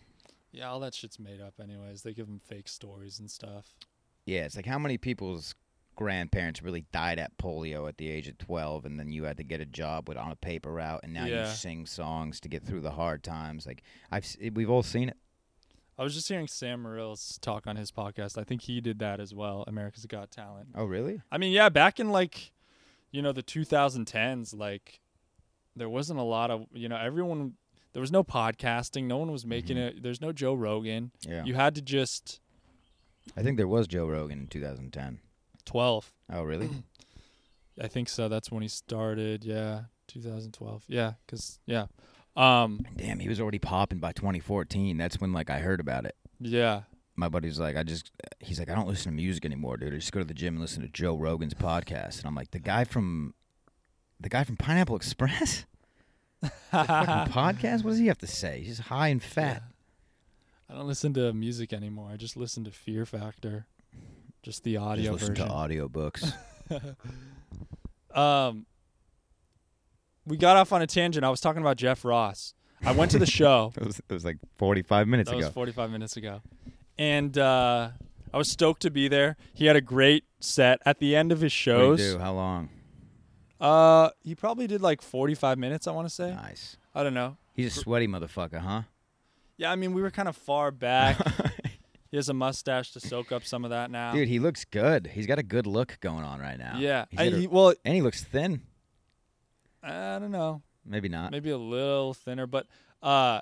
Yeah, all that shit's made up, anyways. They give them fake stories and stuff. Yeah, it's like how many people's grandparents really died at polio at the age of 12 and then you had to get a job with on a paper route and now you Yeah. sing songs to get through the hard times like I've s- we've all seen it. I was just hearing Sam Morril's talk on his podcast. I think he did that as well. America's Got Talent. Oh, really? I mean, yeah, back in like, you know, the 2010s, like, there wasn't a lot of, you know, everyone, there was no podcasting. No one was making it. There's no Joe Rogan. Mm-hmm. Yeah. You had to just I think there was Joe Rogan in 2010. 12. Oh, really? I think so. That's when he started. Yeah. 2012. Yeah. Cause, yeah. Um, Damn, he was already popping by 2014. That's when like I heard about it. yeah. My buddy's like, I just, he's like, I don't listen to music anymore, dude. I just go to the gym and listen to Joe Rogan's podcast. And I'm like, the guy from, the guy from Pineapple Express? fucking podcast? What does he have to say? He's just high and fat. I don't listen to music anymore. I just listen to Fear Factor, just the just audio listen version. to audiobooks. um, we got off on a tangent. I was talking about Jeff Ross. I went to the show. it, was, it was like 45 minutes that was ago. 45 minutes ago, and uh, I was stoked to be there. He had a great set at the end of his What shows. do you do? How long? Uh, he probably did like 45 minutes. I want to say. Nice. I don't know. He's a sweaty motherfucker, huh? Yeah, I mean, we were kind of far back. he has a mustache to soak up some of that now. Dude, he looks good. He's got a good look going on right now. yeah. He's I, got a- he, well, and he looks thin. I don't know. Maybe not. maybe a little thinner, but uh,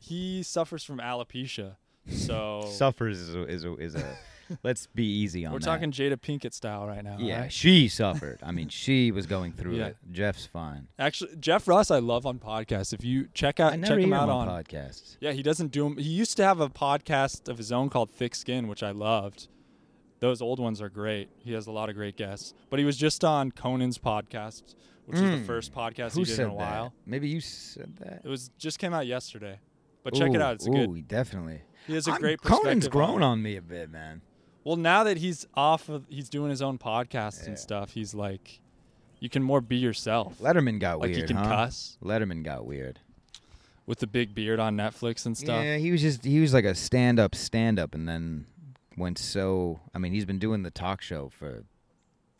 he suffers from alopecia. So Suffers is a, is a, is a let's be easy on Oh. we're that. talking Jada Pinkett style right now. Yeah, right? she suffered. I mean, she was going through Yeah. it. Jeff's fine. Actually, Jeff Ross, I love on podcasts. If you check out, I never Uh, check hear him out on. on podcasts. yeah, he doesn't do 'em- He used to have a podcast of his own called Thick Skin, which I loved. Those old ones are great. He has a lot of great guests. But he was just on Conan's podcast, which is the Mm. first podcast Who he did said in a while. that? Maybe you said that. It was just came out yesterday. But check it Ooh, out. It's ooh, good. definitely. He has a I'm- great perspective. Conan's on it. grown on me a bit, man. Well, now that he's off of, he's doing his own podcast Yeah. and stuff, he's like, you can more be yourself. Letterman got like he weird. can huh? cuss Letterman got weird. with the big beard on Netflix and stuff. Yeah, he was just he was like a stand up stand up and then went so I mean, he's been doing the talk show for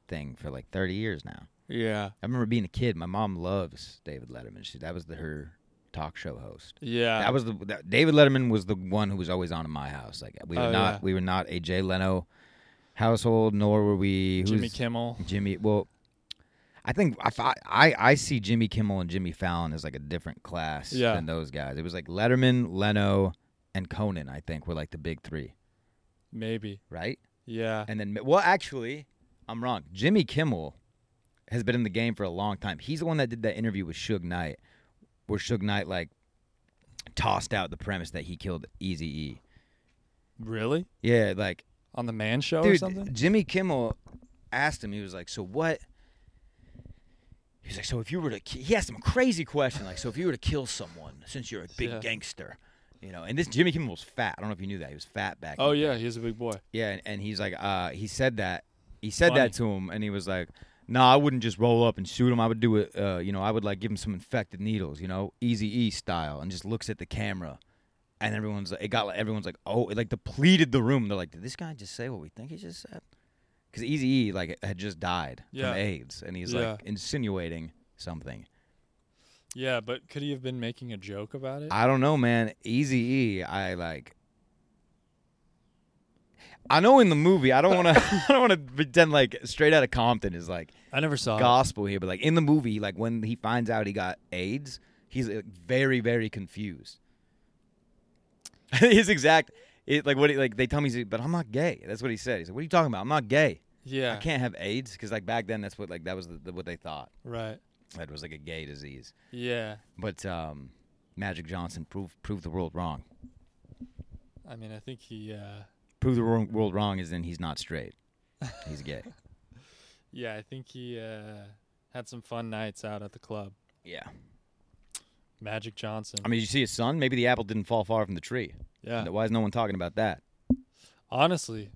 thing for like 30 years now. Yeah. I remember being a kid, my mom loves David Letterman. She that was the, her talk show host. Yeah. That was the that, David Letterman was the one who was always on in my house. Like we were Oh, not yeah. we were not a Jay Leno household nor were we who's- Jimmy Kimmel. Jimmy. Well, I think if I, I I see Jimmy Kimmel and Jimmy Fallon as like a different class Yeah. than those guys. It was like Letterman, Leno, and Conan. I think were like the big three, Maybe. right? Yeah. And then well, actually, I'm wrong. Jimmy Kimmel has been in the game for a long time. He's the one that did that interview with Suge Knight, where Suge Knight like tossed out the premise that he killed Easy E. Really? Yeah, like On the Man Show or Dude, something? Jimmy Kimmel asked him. He was like, "So what?" He was like, "So if you were to," ki-" he asked him a crazy question, like, "So if you were to kill someone, since you're a big Yeah. gangster, you know." And this Jimmy Kimmel was fat. I don't know if you knew that. He was fat back. Oh in the yeah, he's a big boy. yeah, and, and he's like, uh, he said that, he said Funny. that to him, and he was like, No, I wouldn't just roll up and shoot him. I would do it. Uh, you know, I would like give him some infected needles. You know, Easy E style, and just looks at the camera, and everyone's it got like everyone's like, oh, it like depleted the room. They're like, did this guy just say what we think he just said? Because Easy E like had just died Yeah. from AIDS, and he's like insinuating something. Yeah, but could he have been making a joke about it? I don't know, man. Easy E, I like. I know in the movie, I don't want to. I don't want to pretend like straight out of Compton is like I never saw. it. gospel here, but like in the movie, like when he finds out he got AIDS, he's like, very, very confused. His exact, it, like what, he, like they tell me, he's like, but I'm not gay. That's what he said. He's like, what are you talking about? I'm not gay. Yeah, I can't have AIDS because like back then, that's what like that was the, the, what they thought right. that was like a gay disease. Yeah, But um, Magic Johnson proved proved the world wrong. I mean, I think he. Uh, Prove the wor- world wrong is in he's not straight. He's gay. yeah, I think he uh, had some fun nights out at the club. yeah. Magic Johnson. I mean, you see his son. Maybe the apple didn't fall far from the tree. yeah, Why is no one talking about that? honestly,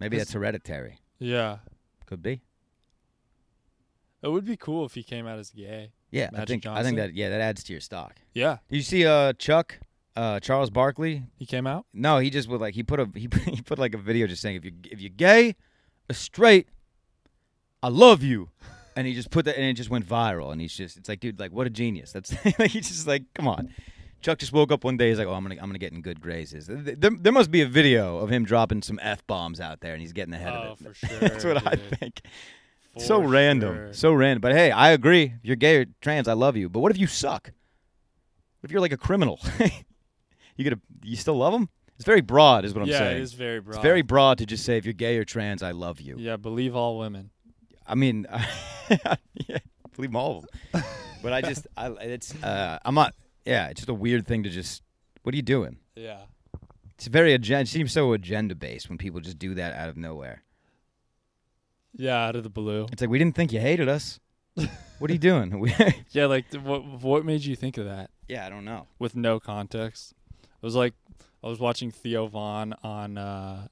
Maybe This- that's hereditary. yeah, Could be. it would be cool if he came out as gay. Yeah, I Magic think I Johnson? think that yeah that adds to your stock. Yeah, Do you see uh Chuck, uh Charles Barkley? he came out. No, he just would like he put a he, put- he put like a video just saying if you if you're gay, or straight, I love you, and he just put that and it just went viral and he's just it's like dude like what a genius that's like he's just like come on. Chuck just woke up one day. He's like, "Oh, I'm gonna, I'm gonna get in good graces." There, there- there must be a video of him dropping some f bombs out there, and he's getting ahead Oh, of it. for sure. That's what I dude. think. For so random. sure. So random. But hey, I agree. You're gay or trans, I love you. But what if you suck? What if you're like a criminal? you gonna you still love them? It's very broad, is what I'm yeah, saying. it is very broad. It's very broad to just say if you're gay or trans, I love you. Yeah, believe all women. I mean, yeah, believe 'em all of them. but I just, I, it's, uh, I'm not. Yeah, it's just a weird thing to just. What are you doing? Yeah. It's very agenda. It seems so agenda based when people just do that out of nowhere. Yeah, out of the blue. It's like we didn't think you hated us. What are you doing? We- Yeah, like th- what what made you think of that yeah, I don't know. with no context? It was like I was watching Theo Vaughn on uh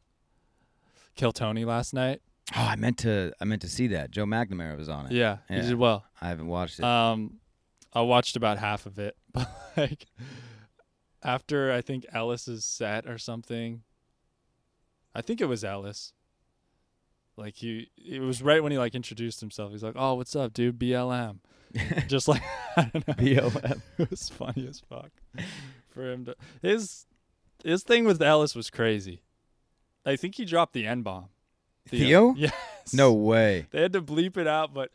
Kill Tony last night. Oh, I meant to. I meant to see that. Joe McNamara was on it. Yeah, Yeah. he did well. I haven't watched it. Um I watched about half of it, but like after I think Ellis's set or something. I think it was Ellis. Like he it was right when he like introduced himself. He's like, "Oh, what's up, dude? BLM." Just like I don't know. BLM. it was funny as fuck for him to his his thing with Ellis was crazy. I think he dropped the N bomb. Theo? Yes. No way. They had to bleep it out, but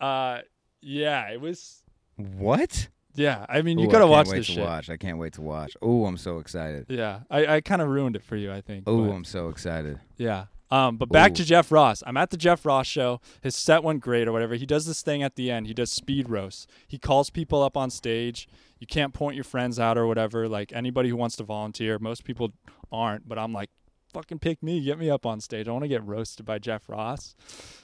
uh yeah, it was What? yeah. I mean you Ooh, I gotta can't watch wait this to shit. Watch. I can't wait to watch. Oh, I'm so excited. Yeah. I, I kinda ruined it for you, I think. Oh, but- I'm so excited. Yeah. Um, but back Ooh. to Jeff Ross. I'm at the Jeff Ross show. His set went great or whatever. He does this thing at the end. He does speed roasts. He calls people up on stage. You can't point your friends out or whatever. Like anybody who wants to volunteer, most people aren't. But I'm like, fucking pick me. Get me up on stage. I want to get roasted by Jeff Ross.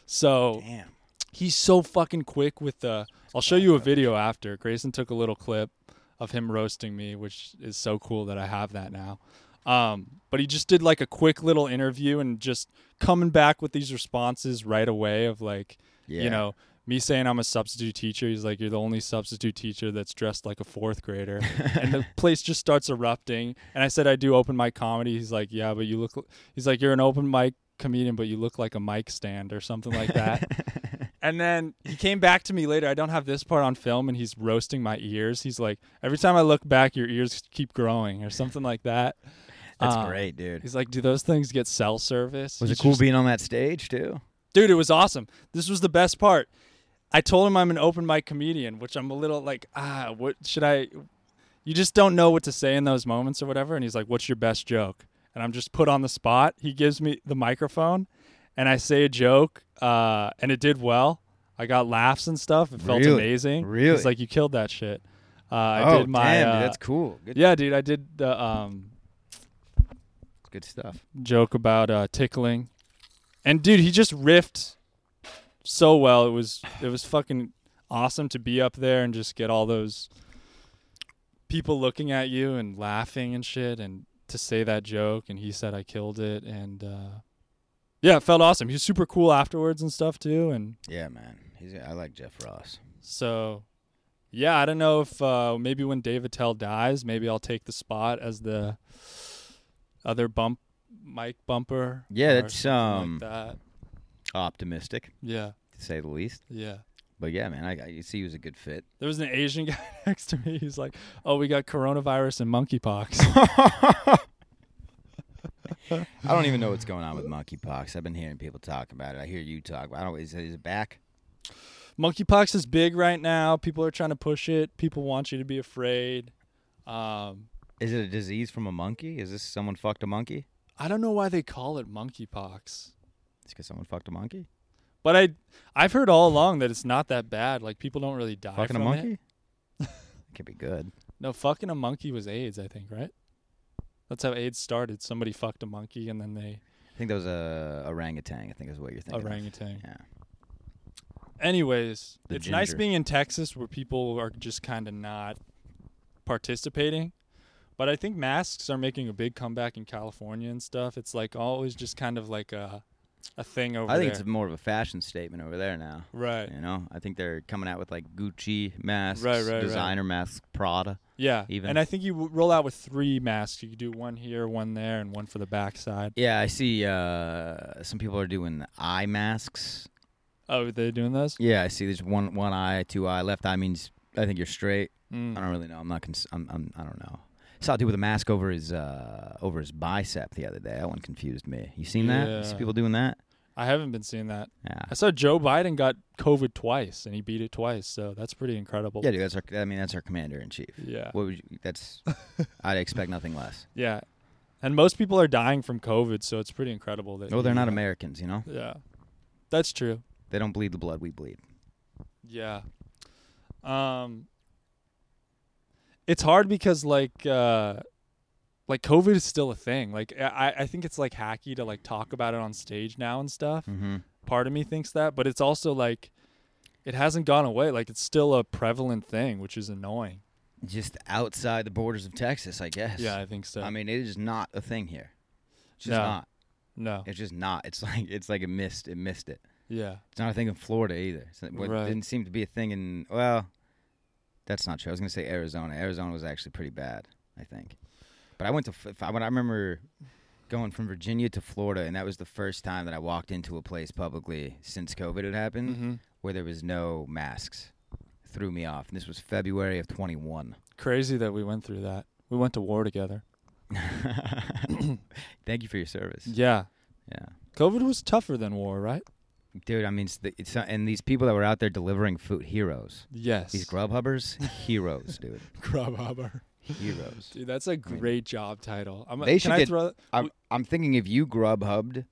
So Damn. he's so fucking quick with the. I'll show you a video after. Grayson took a little clip of him roasting me, which is so cool that I have that now. Um, but he just did like a quick little interview and just coming back with these responses right away of like, Yeah. you know, me saying I'm a substitute teacher. He's like, you're the only substitute teacher that's dressed like a fourth grader. and the place just starts erupting. And I said, I do open mic comedy. He's like, yeah, but you look, l-" he's like, you're an open mic comedian, but you look like a mic stand or something like that. And then he came back to me later. I don't have this part on film, and he's roasting my ears. He's like, every time I look back, your ears keep growing, or something like that. That's Uh, great, dude. He's like, do those things get cell service? Was He's it cool just- being on that stage too? dude? It was awesome. This was the best part. I told him I'm an open mic comedian, which I'm a little like, ah, what should I? You just don't know what to say in those moments or whatever. And he's like, what's your best joke? And I'm just put on the spot. He gives me the microphone, and I say a joke, uh, and it did well. I got laughs and stuff. It felt Really? amazing. Really? He's like, you killed that shit. Uh, I oh, did my. damn, dude, uh, that's cool. Good, yeah, dude, I did the um, good stuff. joke about uh, tickling, and dude, he just riffed so well. It was it was fucking awesome to be up there and just get all those people looking at you and laughing and shit, and to say that joke. And he said I killed it, and uh, Yeah, it felt awesome. He was super cool afterwards and stuff too. And Yeah, man. He's I like Jeff Ross. so, yeah, I don't know if uh, maybe when Dave Attell dies, maybe I'll take the spot as the other bump mic bumper. Yeah, or that's, something like um, that. Optimistic, Yeah, to say the least. yeah. But yeah, man, I, I you see he was a good fit. There was an Asian guy next to me. He's like, "Oh, we got coronavirus and monkeypox." I don't even know what's going on with monkeypox. I've been hearing people talk about it. I hear you talk. About it. I don't. Is, is it back? monkeypox is big right now. People are trying to push it. People want you to be afraid. Um, Is it a disease from a monkey? Is this someone fucked a monkey? I don't know why they call it monkeypox, It's because someone fucked a monkey. but I I've heard all along that it's not that bad. Like people don't really die Fucking a from monkey. it. It could be good. No, fucking a monkey was AIDS, I think, right? That's how AIDS started. Somebody fucked a monkey and then they I think that was a orangutan. I think is what you're thinking. of. orangutan. Yeah. Anyways, The it's nice ginger. being in Texas where people are just kind of not participating. But I think masks are making a big comeback in California and stuff. It's like always just kind of like a a thing over I think there. it's more of a fashion statement over there now. right. You know, I think they're coming out with like Gucci masks, Right, right, right. designer masks, Prada. Yeah. Even- And I think you w- roll out with three masks. You could do one here, one there, and one for the backside. Yeah, I see. Uh, some people are doing eye masks. Oh, they're doing those? Yeah, I see. There's one one eye, two eye. Left eye means I think you're straight. I Mm. don't really know. I'm not. Cons- I'm, I'm. I don't know. Saw a dude with a mask over his uh, over his bicep the other day. That one confused me. You seen that? You see Yeah. people doing that? I haven't been seeing that. Yeah. I saw Joe Biden got COVID twice and he beat it twice. So that's pretty incredible. Yeah, dude. That's our. I mean, that's our commander in chief. Yeah. What would you, that's? I'd expect nothing less. Yeah. And most people are dying from COVID, so it's pretty incredible that No, Oh, they're he- not Americans. You know, Yeah. That's true. they don't bleed the blood we bleed. Yeah. Um It's hard because like uh like COVID is still a thing. Like I I think it's like hacky to like talk about it on stage now and stuff. Mm-hmm. Part of me thinks that, but it's also like it hasn't gone away. Like it's still a prevalent thing, which is annoying. Just outside the borders of Texas, I guess. Yeah, I think so. I mean, it is not a thing here. It's just No. not. no. It's just not. It's like it's like it missed. It missed it. Yeah. It's not a thing in Florida either. It's not- what Right. didn't seem to be a thing in well, that's not true. I was gonna say Arizona. Arizona was actually pretty bad, I think. But I went to f- f- when I remember going from Virginia to Florida, and that was the first time that I walked into a place publicly since COVID had happened Mm-hmm. where there was no masks. Threw me off. And this was February of 21. Crazy that we went through that. We went to war together. Thank you for your service. Yeah. Yeah. COVID was tougher than war, right? Dude, I mean, it's, the- it's and these people that were out there delivering food, heroes. Yes. These Grubhubbers, heroes, dude. Grubhubber. Heroes. Dude, that's a great job title. I'm, They can should I get- throw I'm, I'm thinking if you Grubhubbed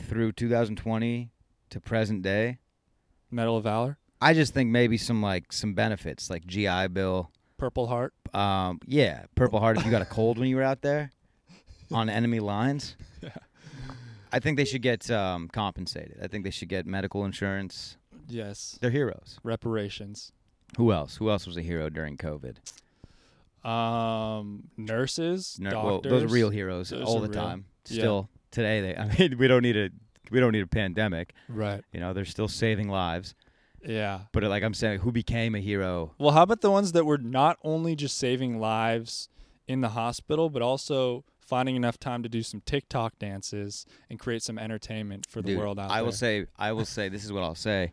through 2020 to present day, Medal of Valor, I just think maybe some like some benefits like GI Bill. Purple Heart? Um, yeah, Purple Heart. If you got a cold when you were out there on enemy lines, I think they should get um, compensated. I think they should get medical insurance. Yes. They're heroes. Reparations. Who else? Who else was a hero during COVID? Um, nurses, Ner- well, doctors. those are real heroes Those all are the real. time. Yeah. Still today, they. I mean, we don't need a we don't need a pandemic. Right. You know, they're still saving lives. Yeah. But like I'm saying, who became a hero? Well, how about the ones that were not only just saving lives in the hospital, but also finding enough time to do some TikTok dances and create some entertainment for the Dude, world out I there? will say, I will say, this is what I'll say.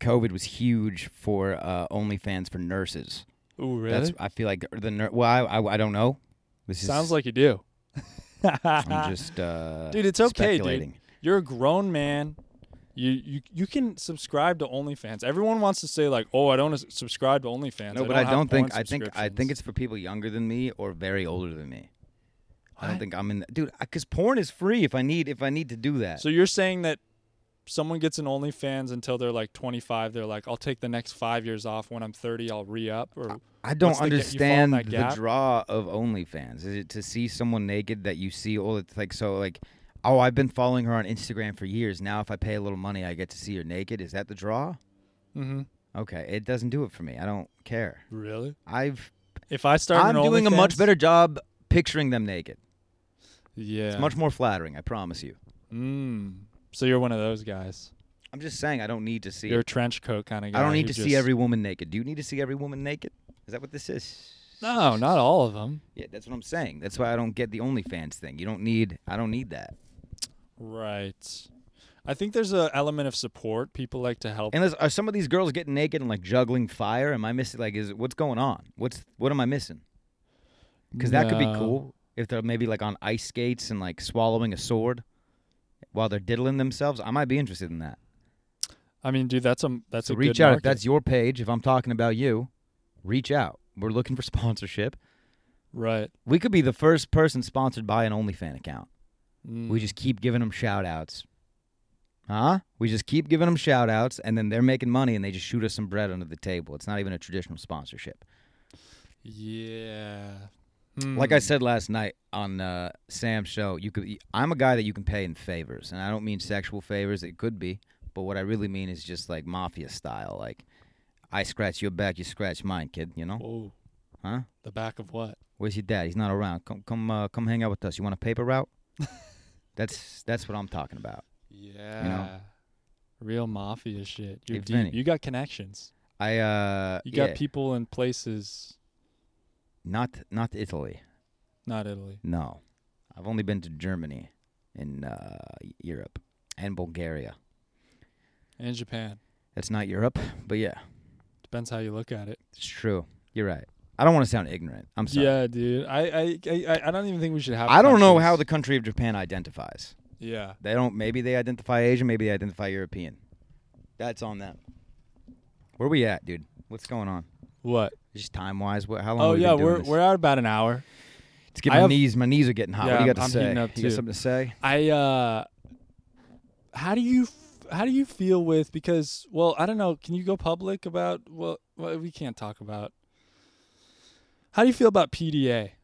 COVID was huge for uh, OnlyFans for nurses. Ooh, really? That's I feel like the nur- well, I, I I don't know. This is, Sounds like you do. Ah. I'm just uh, Dude, it's okay, dude. speculating. You're a grown man. You you you can subscribe to OnlyFans. Everyone wants to say like, "Oh, I don't s- subscribe to OnlyFans." No, I but I have don't porn think I think I think it's subscriptions." for people younger than me or very older than me. I don't What? think I'm in, dude. Because porn is free. If I need, if I need to do that, So you're saying that someone gets an OnlyFans until they're like 25. They're like, "I'll take the next five years off. When I'm 30, I'll re up." Or I don't what's the ga- you fall in understand that the gap? draw of OnlyFans. Is it to see someone naked that you see all it's like so like oh I've been following her on Instagram for years. Now if I pay a little money I get to see her naked. Is that the draw? mm-hmm. Okay, it doesn't do it for me. I don't care. really? I've If I start, I'm an doing a much OnlyFans- better job picturing them naked. Yeah, It's much more flattering, I promise you. Mm. So you're one of those guys. I'm just saying I don't need to see. You're a trench coat kind of guy. I don't need who to see just- every woman naked. Do you need to see every woman naked? Is that what this is? No, not all of them. Yeah, that's what I'm saying. That's why I don't get the OnlyFans thing. You don't need. I don't need that. Right. I think there's an element of support. People like to help. Unless are some of these girls getting naked and like juggling fire? Am I missing? Like, is what's going on? What's what am I missing? Because that could be No. cool if they're maybe like on ice skates and like swallowing a sword while they're diddling themselves. I might be interested in that. I mean, dude, that's a that's so a reach good out if market. that's your page. If I'm talking about you, reach out. We're looking for sponsorship. right. We could be the first person sponsored by an OnlyFan account. We Mm. just keep giving them shout outs. Huh? We just keep giving them shout outs and then they're making money and they just shoot us some bread under the table. It's not even a traditional sponsorship. yeah. Like I Hmm. said last night on uh, Sam's show, you could I'm a guy that you can pay in favors, and I don't mean sexual favors, it could be, but what I really mean is just like mafia style, like I scratch your back, you scratch mine, kid, you know? Whoa. Huh? The back of what? Where's your dad? He's not around. Come come uh, come hang out with us. You want a paper route? that's that's what I'm talking about. Yeah. Real mafia shit. You're Hey, deep. Vinny. You got connections. I uh You got yeah, people in places. not not Italy. Not Italy. No. I've only been to Germany in uh, Europe and Bulgaria. And Japan. That's not Europe, but yeah. Depends how you look at it. It's true. You're right. I don't want to sound ignorant. I'm sorry. Yeah, dude. I I, I I- I don't even think we should have I don't know how the countries. country of Japan identifies. Yeah. They don't. Maybe they identify Asian. Maybe they identify European. That's on them. Where we at, dude? What's going on? What? Just time wise, what? How long? Oh we yeah, been doing we're this? we're at about an hour. Let's get I my have- knees. My knees are getting hot. what do Yeah, you got to I'm say? heating up you too. got something to say? I uh how do you f- how do you feel with because well, I don't know, can you go public about well, well we can't talk about How do you feel about PDA?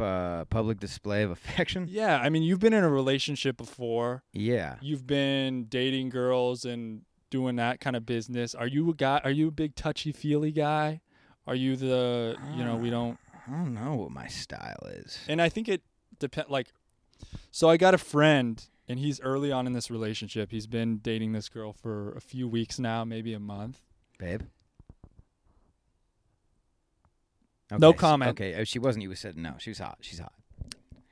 Uh, public display of affection. Yeah, I mean, you've been in a relationship before. Yeah. You've been dating girls and doing that kind of business. Are you a guy are you a big touchy-feely guy? Are you the, you know, we don't I don't know what my style is. and I think it depend like so I got a friend and he's early on in this relationship. He's been dating this girl for a few weeks now, maybe a month. Oh, Babe. No Okay, s- comment. Okay, if she wasn't, you would said no. She was hot. She's hot.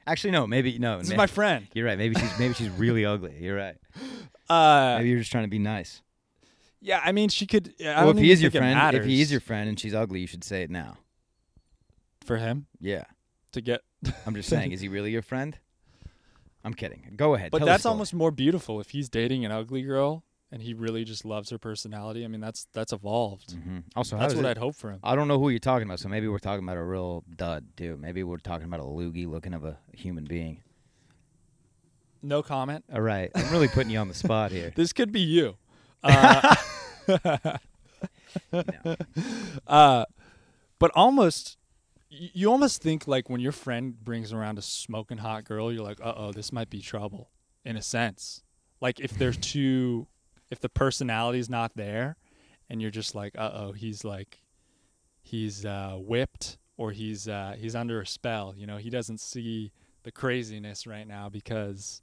Actually, no. Maybe no. This ma- is my friend. you're right. Maybe she's maybe she's really ugly. You're right. Uh Maybe you're just trying to be nice. yeah, I mean she could I well, don't if he even is your think it friend, if he is matters your friend and she's ugly, you should say it now. for him Yeah, to get I'm just saying. Is he really your friend? I'm kidding. Go ahead. But tell the that's story. almost more beautiful if he's dating an ugly girl and he really just loves her personality. I mean that's that's evolved. Mhm. Also, how That's is what it- I'd hope for him. I don't know who you're talking about, so maybe we're talking about a real dud, dude. Maybe we're talking about a loogie looking of a human being. No comment. All right, I'm really putting you on the spot here. This could be you. Uh, uh, but almost, y- you almost think like when your friend brings around a smoking hot girl, you're like, uh oh, this might be trouble in a sense. Like if they're too, if the personality's not there and you're just like, uh oh, he's like, he's uh, whipped or he's uh, he's under a spell. You know, he doesn't see the craziness right now because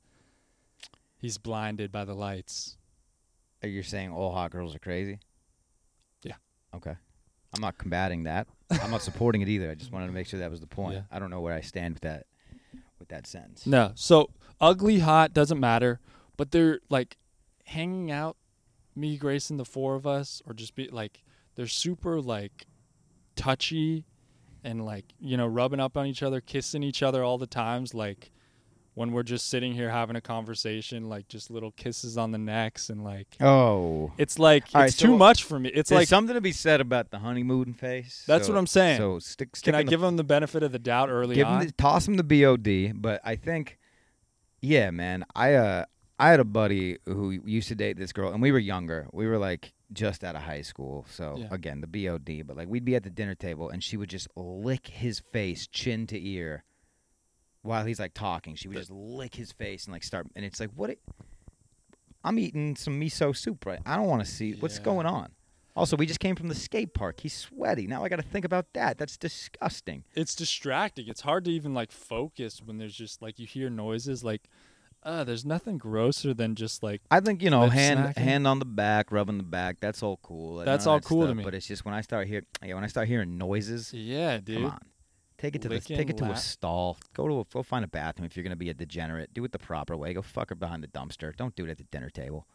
he's blinded by the lights. Are you saying all hot girls are crazy? Yeah. Okay. I'm not combating that. I'm not supporting it either. I just wanted to make sure that was the point. Yeah. I don't know where I stand with that with that sentence. No. So ugly, hot doesn't matter, but they're like hanging out, me, Grayson, the four of us, or just be like they're super like touchy and like you know rubbing up on each other, kissing each other all the times. Like when we're just sitting here having a conversation, like just little kisses on the necks and like Oh. it's like it's All right, too so much for me. It's There's like something to be said about the honeymoon phase. That's so- what I'm saying. So stick, stick can I in the- give them the benefit of the doubt early give on? him the, toss him the BOD, but I think yeah, man. I uh I had a buddy who used to date this girl and we were younger. We were like just out of high school. So Yeah. again, the BOD, but like we'd be at the dinner table and she would just lick his face chin to ear while he's like talking. She would just lick his face and like start and it's like what it, I'm eating some miso soup right. I don't want to see what's Yeah. going on. Also, we just came from the skate park. He's sweaty. Now I got to think about that. That's disgusting. it's distracting. It's hard to even like focus when there's just like you hear noises like uh, there's nothing grosser than just like I think you know, Lip hand smacking? hand on the back, rubbing the back. That's all cool. and That's none all of that cool to stuff, me. But it's just when I start hearing, yeah, when I start hearing noises, yeah, dude. come on, take it to the Licking take it to la- a stall. Go to a, go find a bathroom if you're gonna be a degenerate. Do it the proper way. Go fuck her behind the dumpster. Don't do it at the dinner table.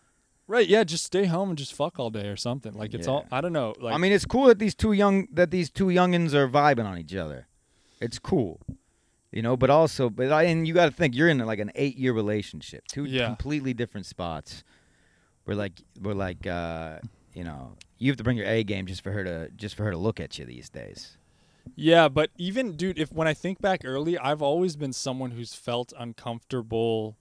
Right, yeah, just stay home and just fuck all day or something. Like it's Yeah. all I don't know. Like I mean, it's cool that these two young that these two youngins are vibing on each other. It's cool, you know. But also, but I, and you got to think you're in like an eight year relationship, two Yeah. completely different spots. We're like we're like uh, you know you have to bring your A game just for her to just for her to look at you these days. Yeah, but even dude, if when I think back early, I've always been someone who's felt uncomfortable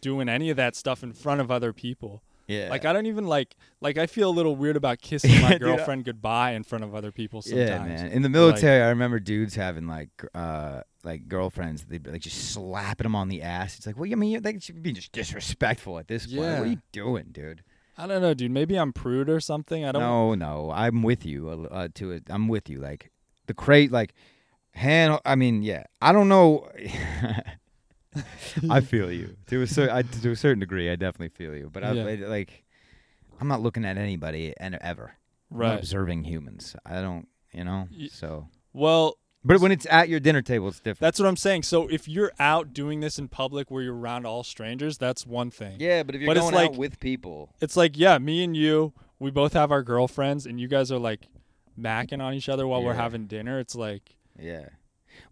doing any of that stuff in front of other people. Yeah, Like I don't even like like I feel a little weird about kissing Yeah, my dude, I- girlfriend goodbye in front of other people sometimes. yeah, man. In the Like- military, I remember dudes having like gr- uh like girlfriends. They like just slapping them on the ass. It's like, well, you mean you- they should be just disrespectful at this point. What Yeah. are you doing, dude? I don't know, dude. Maybe I'm prude or something. I don't No, no, I'm with you. uh, Uh, to it, I'm with you. Like the crate, like hand. I mean, yeah. I don't know. I feel you to a certain I, to a certain degree. I definitely feel you, but I, Yeah. I- like I'm not looking at anybody and ever. I'm not right. observing humans. I don't. You know. Y- So, Well, but when it's at your dinner table, it's different. that's what I'm saying. So if you're out doing this in public where you're around all strangers, that's one thing. yeah, but if you're but it's going out like- with people, it's like yeah me and you we both have our girlfriends and you guys are like macking on each other while we're Yeah. having dinner it's like Yeah.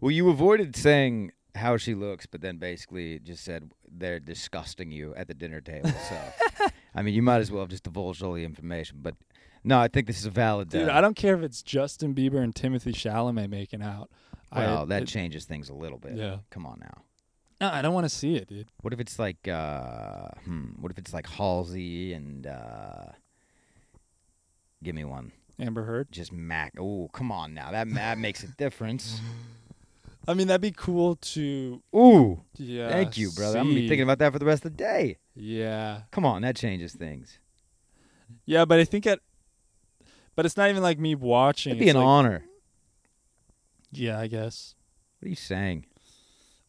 Well, you avoided saying how she looks, but then basically just said they're disgusting you at the dinner table. So, I mean, you might as well have just divulged all the information. But no, I think this is a valid. dude uh, i don't care if it's justin bieber and timothy chalamet making out I- well, that it- changes things a little bit. Yeah. Come on now. no, i don't want to see it dude What if it's like, uh, hmm, what if it's like Halsey and, uh, give me one. amber heard Just Mac. Oh, come on now. That, that makes a difference. i mean that'd be cool to Ooh, yeah thank you, brother. I'm going to be see. thinking about that for the rest of the day. yeah Come on, that changes things. yeah but i think at but it's not even like me watching It'd be it's an like- honor. yeah i guess What are you saying?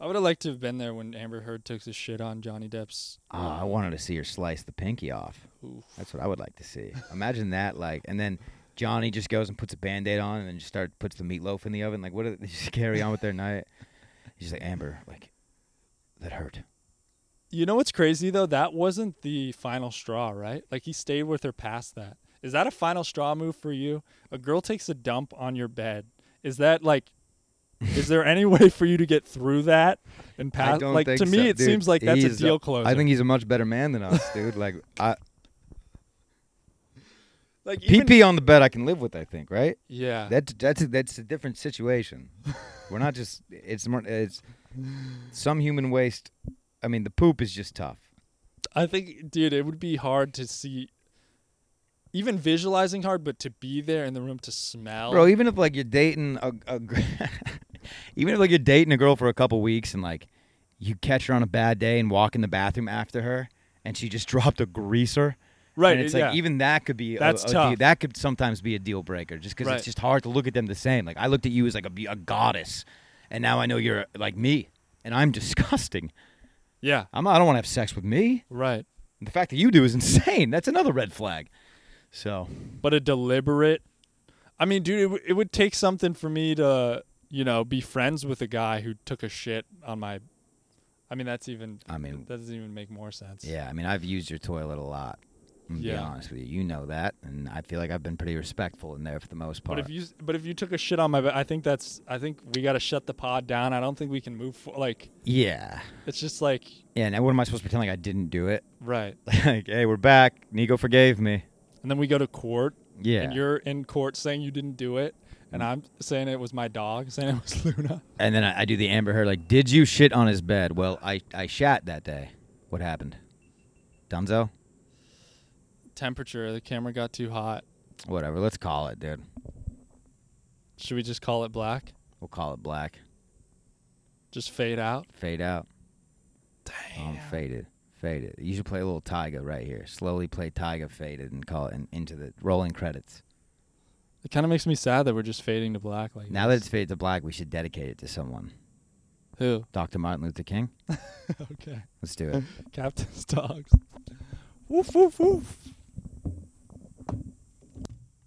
i would have liked to have been there when amber heard took the shit on johnny depp's Ah, I wanted to see her slice the pinky off. Oof. That's what I would like to see. Imagine that, like, and then Johnny just goes and puts a band-aid on and then just start puts the meatloaf in the oven. Like, what? Are, they just carry on with their night. He's like Amber, like, that hurt. You know what's crazy though? That wasn't the final straw, right? Like he stayed with her past that. Is that a final straw move for you? A girl takes a dump on your bed. Is that like is there any way for you to get through that and I pass don't like think to me so, it dude. seems like that's a He's- deal closer. I think he's a much better man than us, dude. Like, I, like even- PP on the bed, I can live with. I think, right? Yeah. That that's a, that's a different situation. We're not just it's more it's some human waste. I mean, the poop is just tough. I think dude, it would be hard to see even visualizing hard, but to be there in the room to smell Bro, even if like you're dating a, a gr- even if like you're dating a girl for a couple weeks and like you catch her on a bad day and walk in the bathroom after her and she just dropped a greaser. Right, And it's yeah. like even that could be a- That's a, tough. deal- that could sometimes be a deal breaker just because Right. it's just hard to look at them the same. Like I looked at you as like a, be- a goddess, and now I know you're like me, and I'm disgusting. Yeah. I'm I don't want to have sex with me. Right. The fact that you do is insane. That's another red flag. So but a deliberate. I mean, dude, it, w- it would take something for me to, you know, be friends with a guy who took a shit on my. I mean, that's even. I mean- that doesn't even make more sense. Yeah, I mean, I've used your toilet a lot. I'm gonna be Yeah. honest with you. You know that, and I feel like I've been pretty respectful in there for the most But part. if you s- but if you took a shit on my, ba- I think that's. I think we got to shut the pod down. I don't think we can move. For, like, yeah. it's just like Yeah, and what am I supposed to pretend like I didn't do it? right, Like, hey, we're back. Nico forgave me. and then we go to court, Yeah. Mm. and you're in court saying you didn't do it, and I'm saying it was my dog, saying it was Luna. And then I, I do the Amber Heard, like, did you shit on his bed? Well, I, I shat that day. What happened? Dunzo? Temperature. The camera got too hot. Whatever. Let's call it, dude. Should we just call it black? We'll call it black. Just fade out. Fade out. Damn. I'm faded. Faded. You should play a little Tyga right here. Slowly play Tyga faded and call it and into the rolling credits. It kind of makes me sad that we're just fading to black. Like Now that it's faded to black, we should dedicate it to someone. Who? Dr. Martin Luther King. Okay. Let's do it. Captain's dogs. Woof woof woof.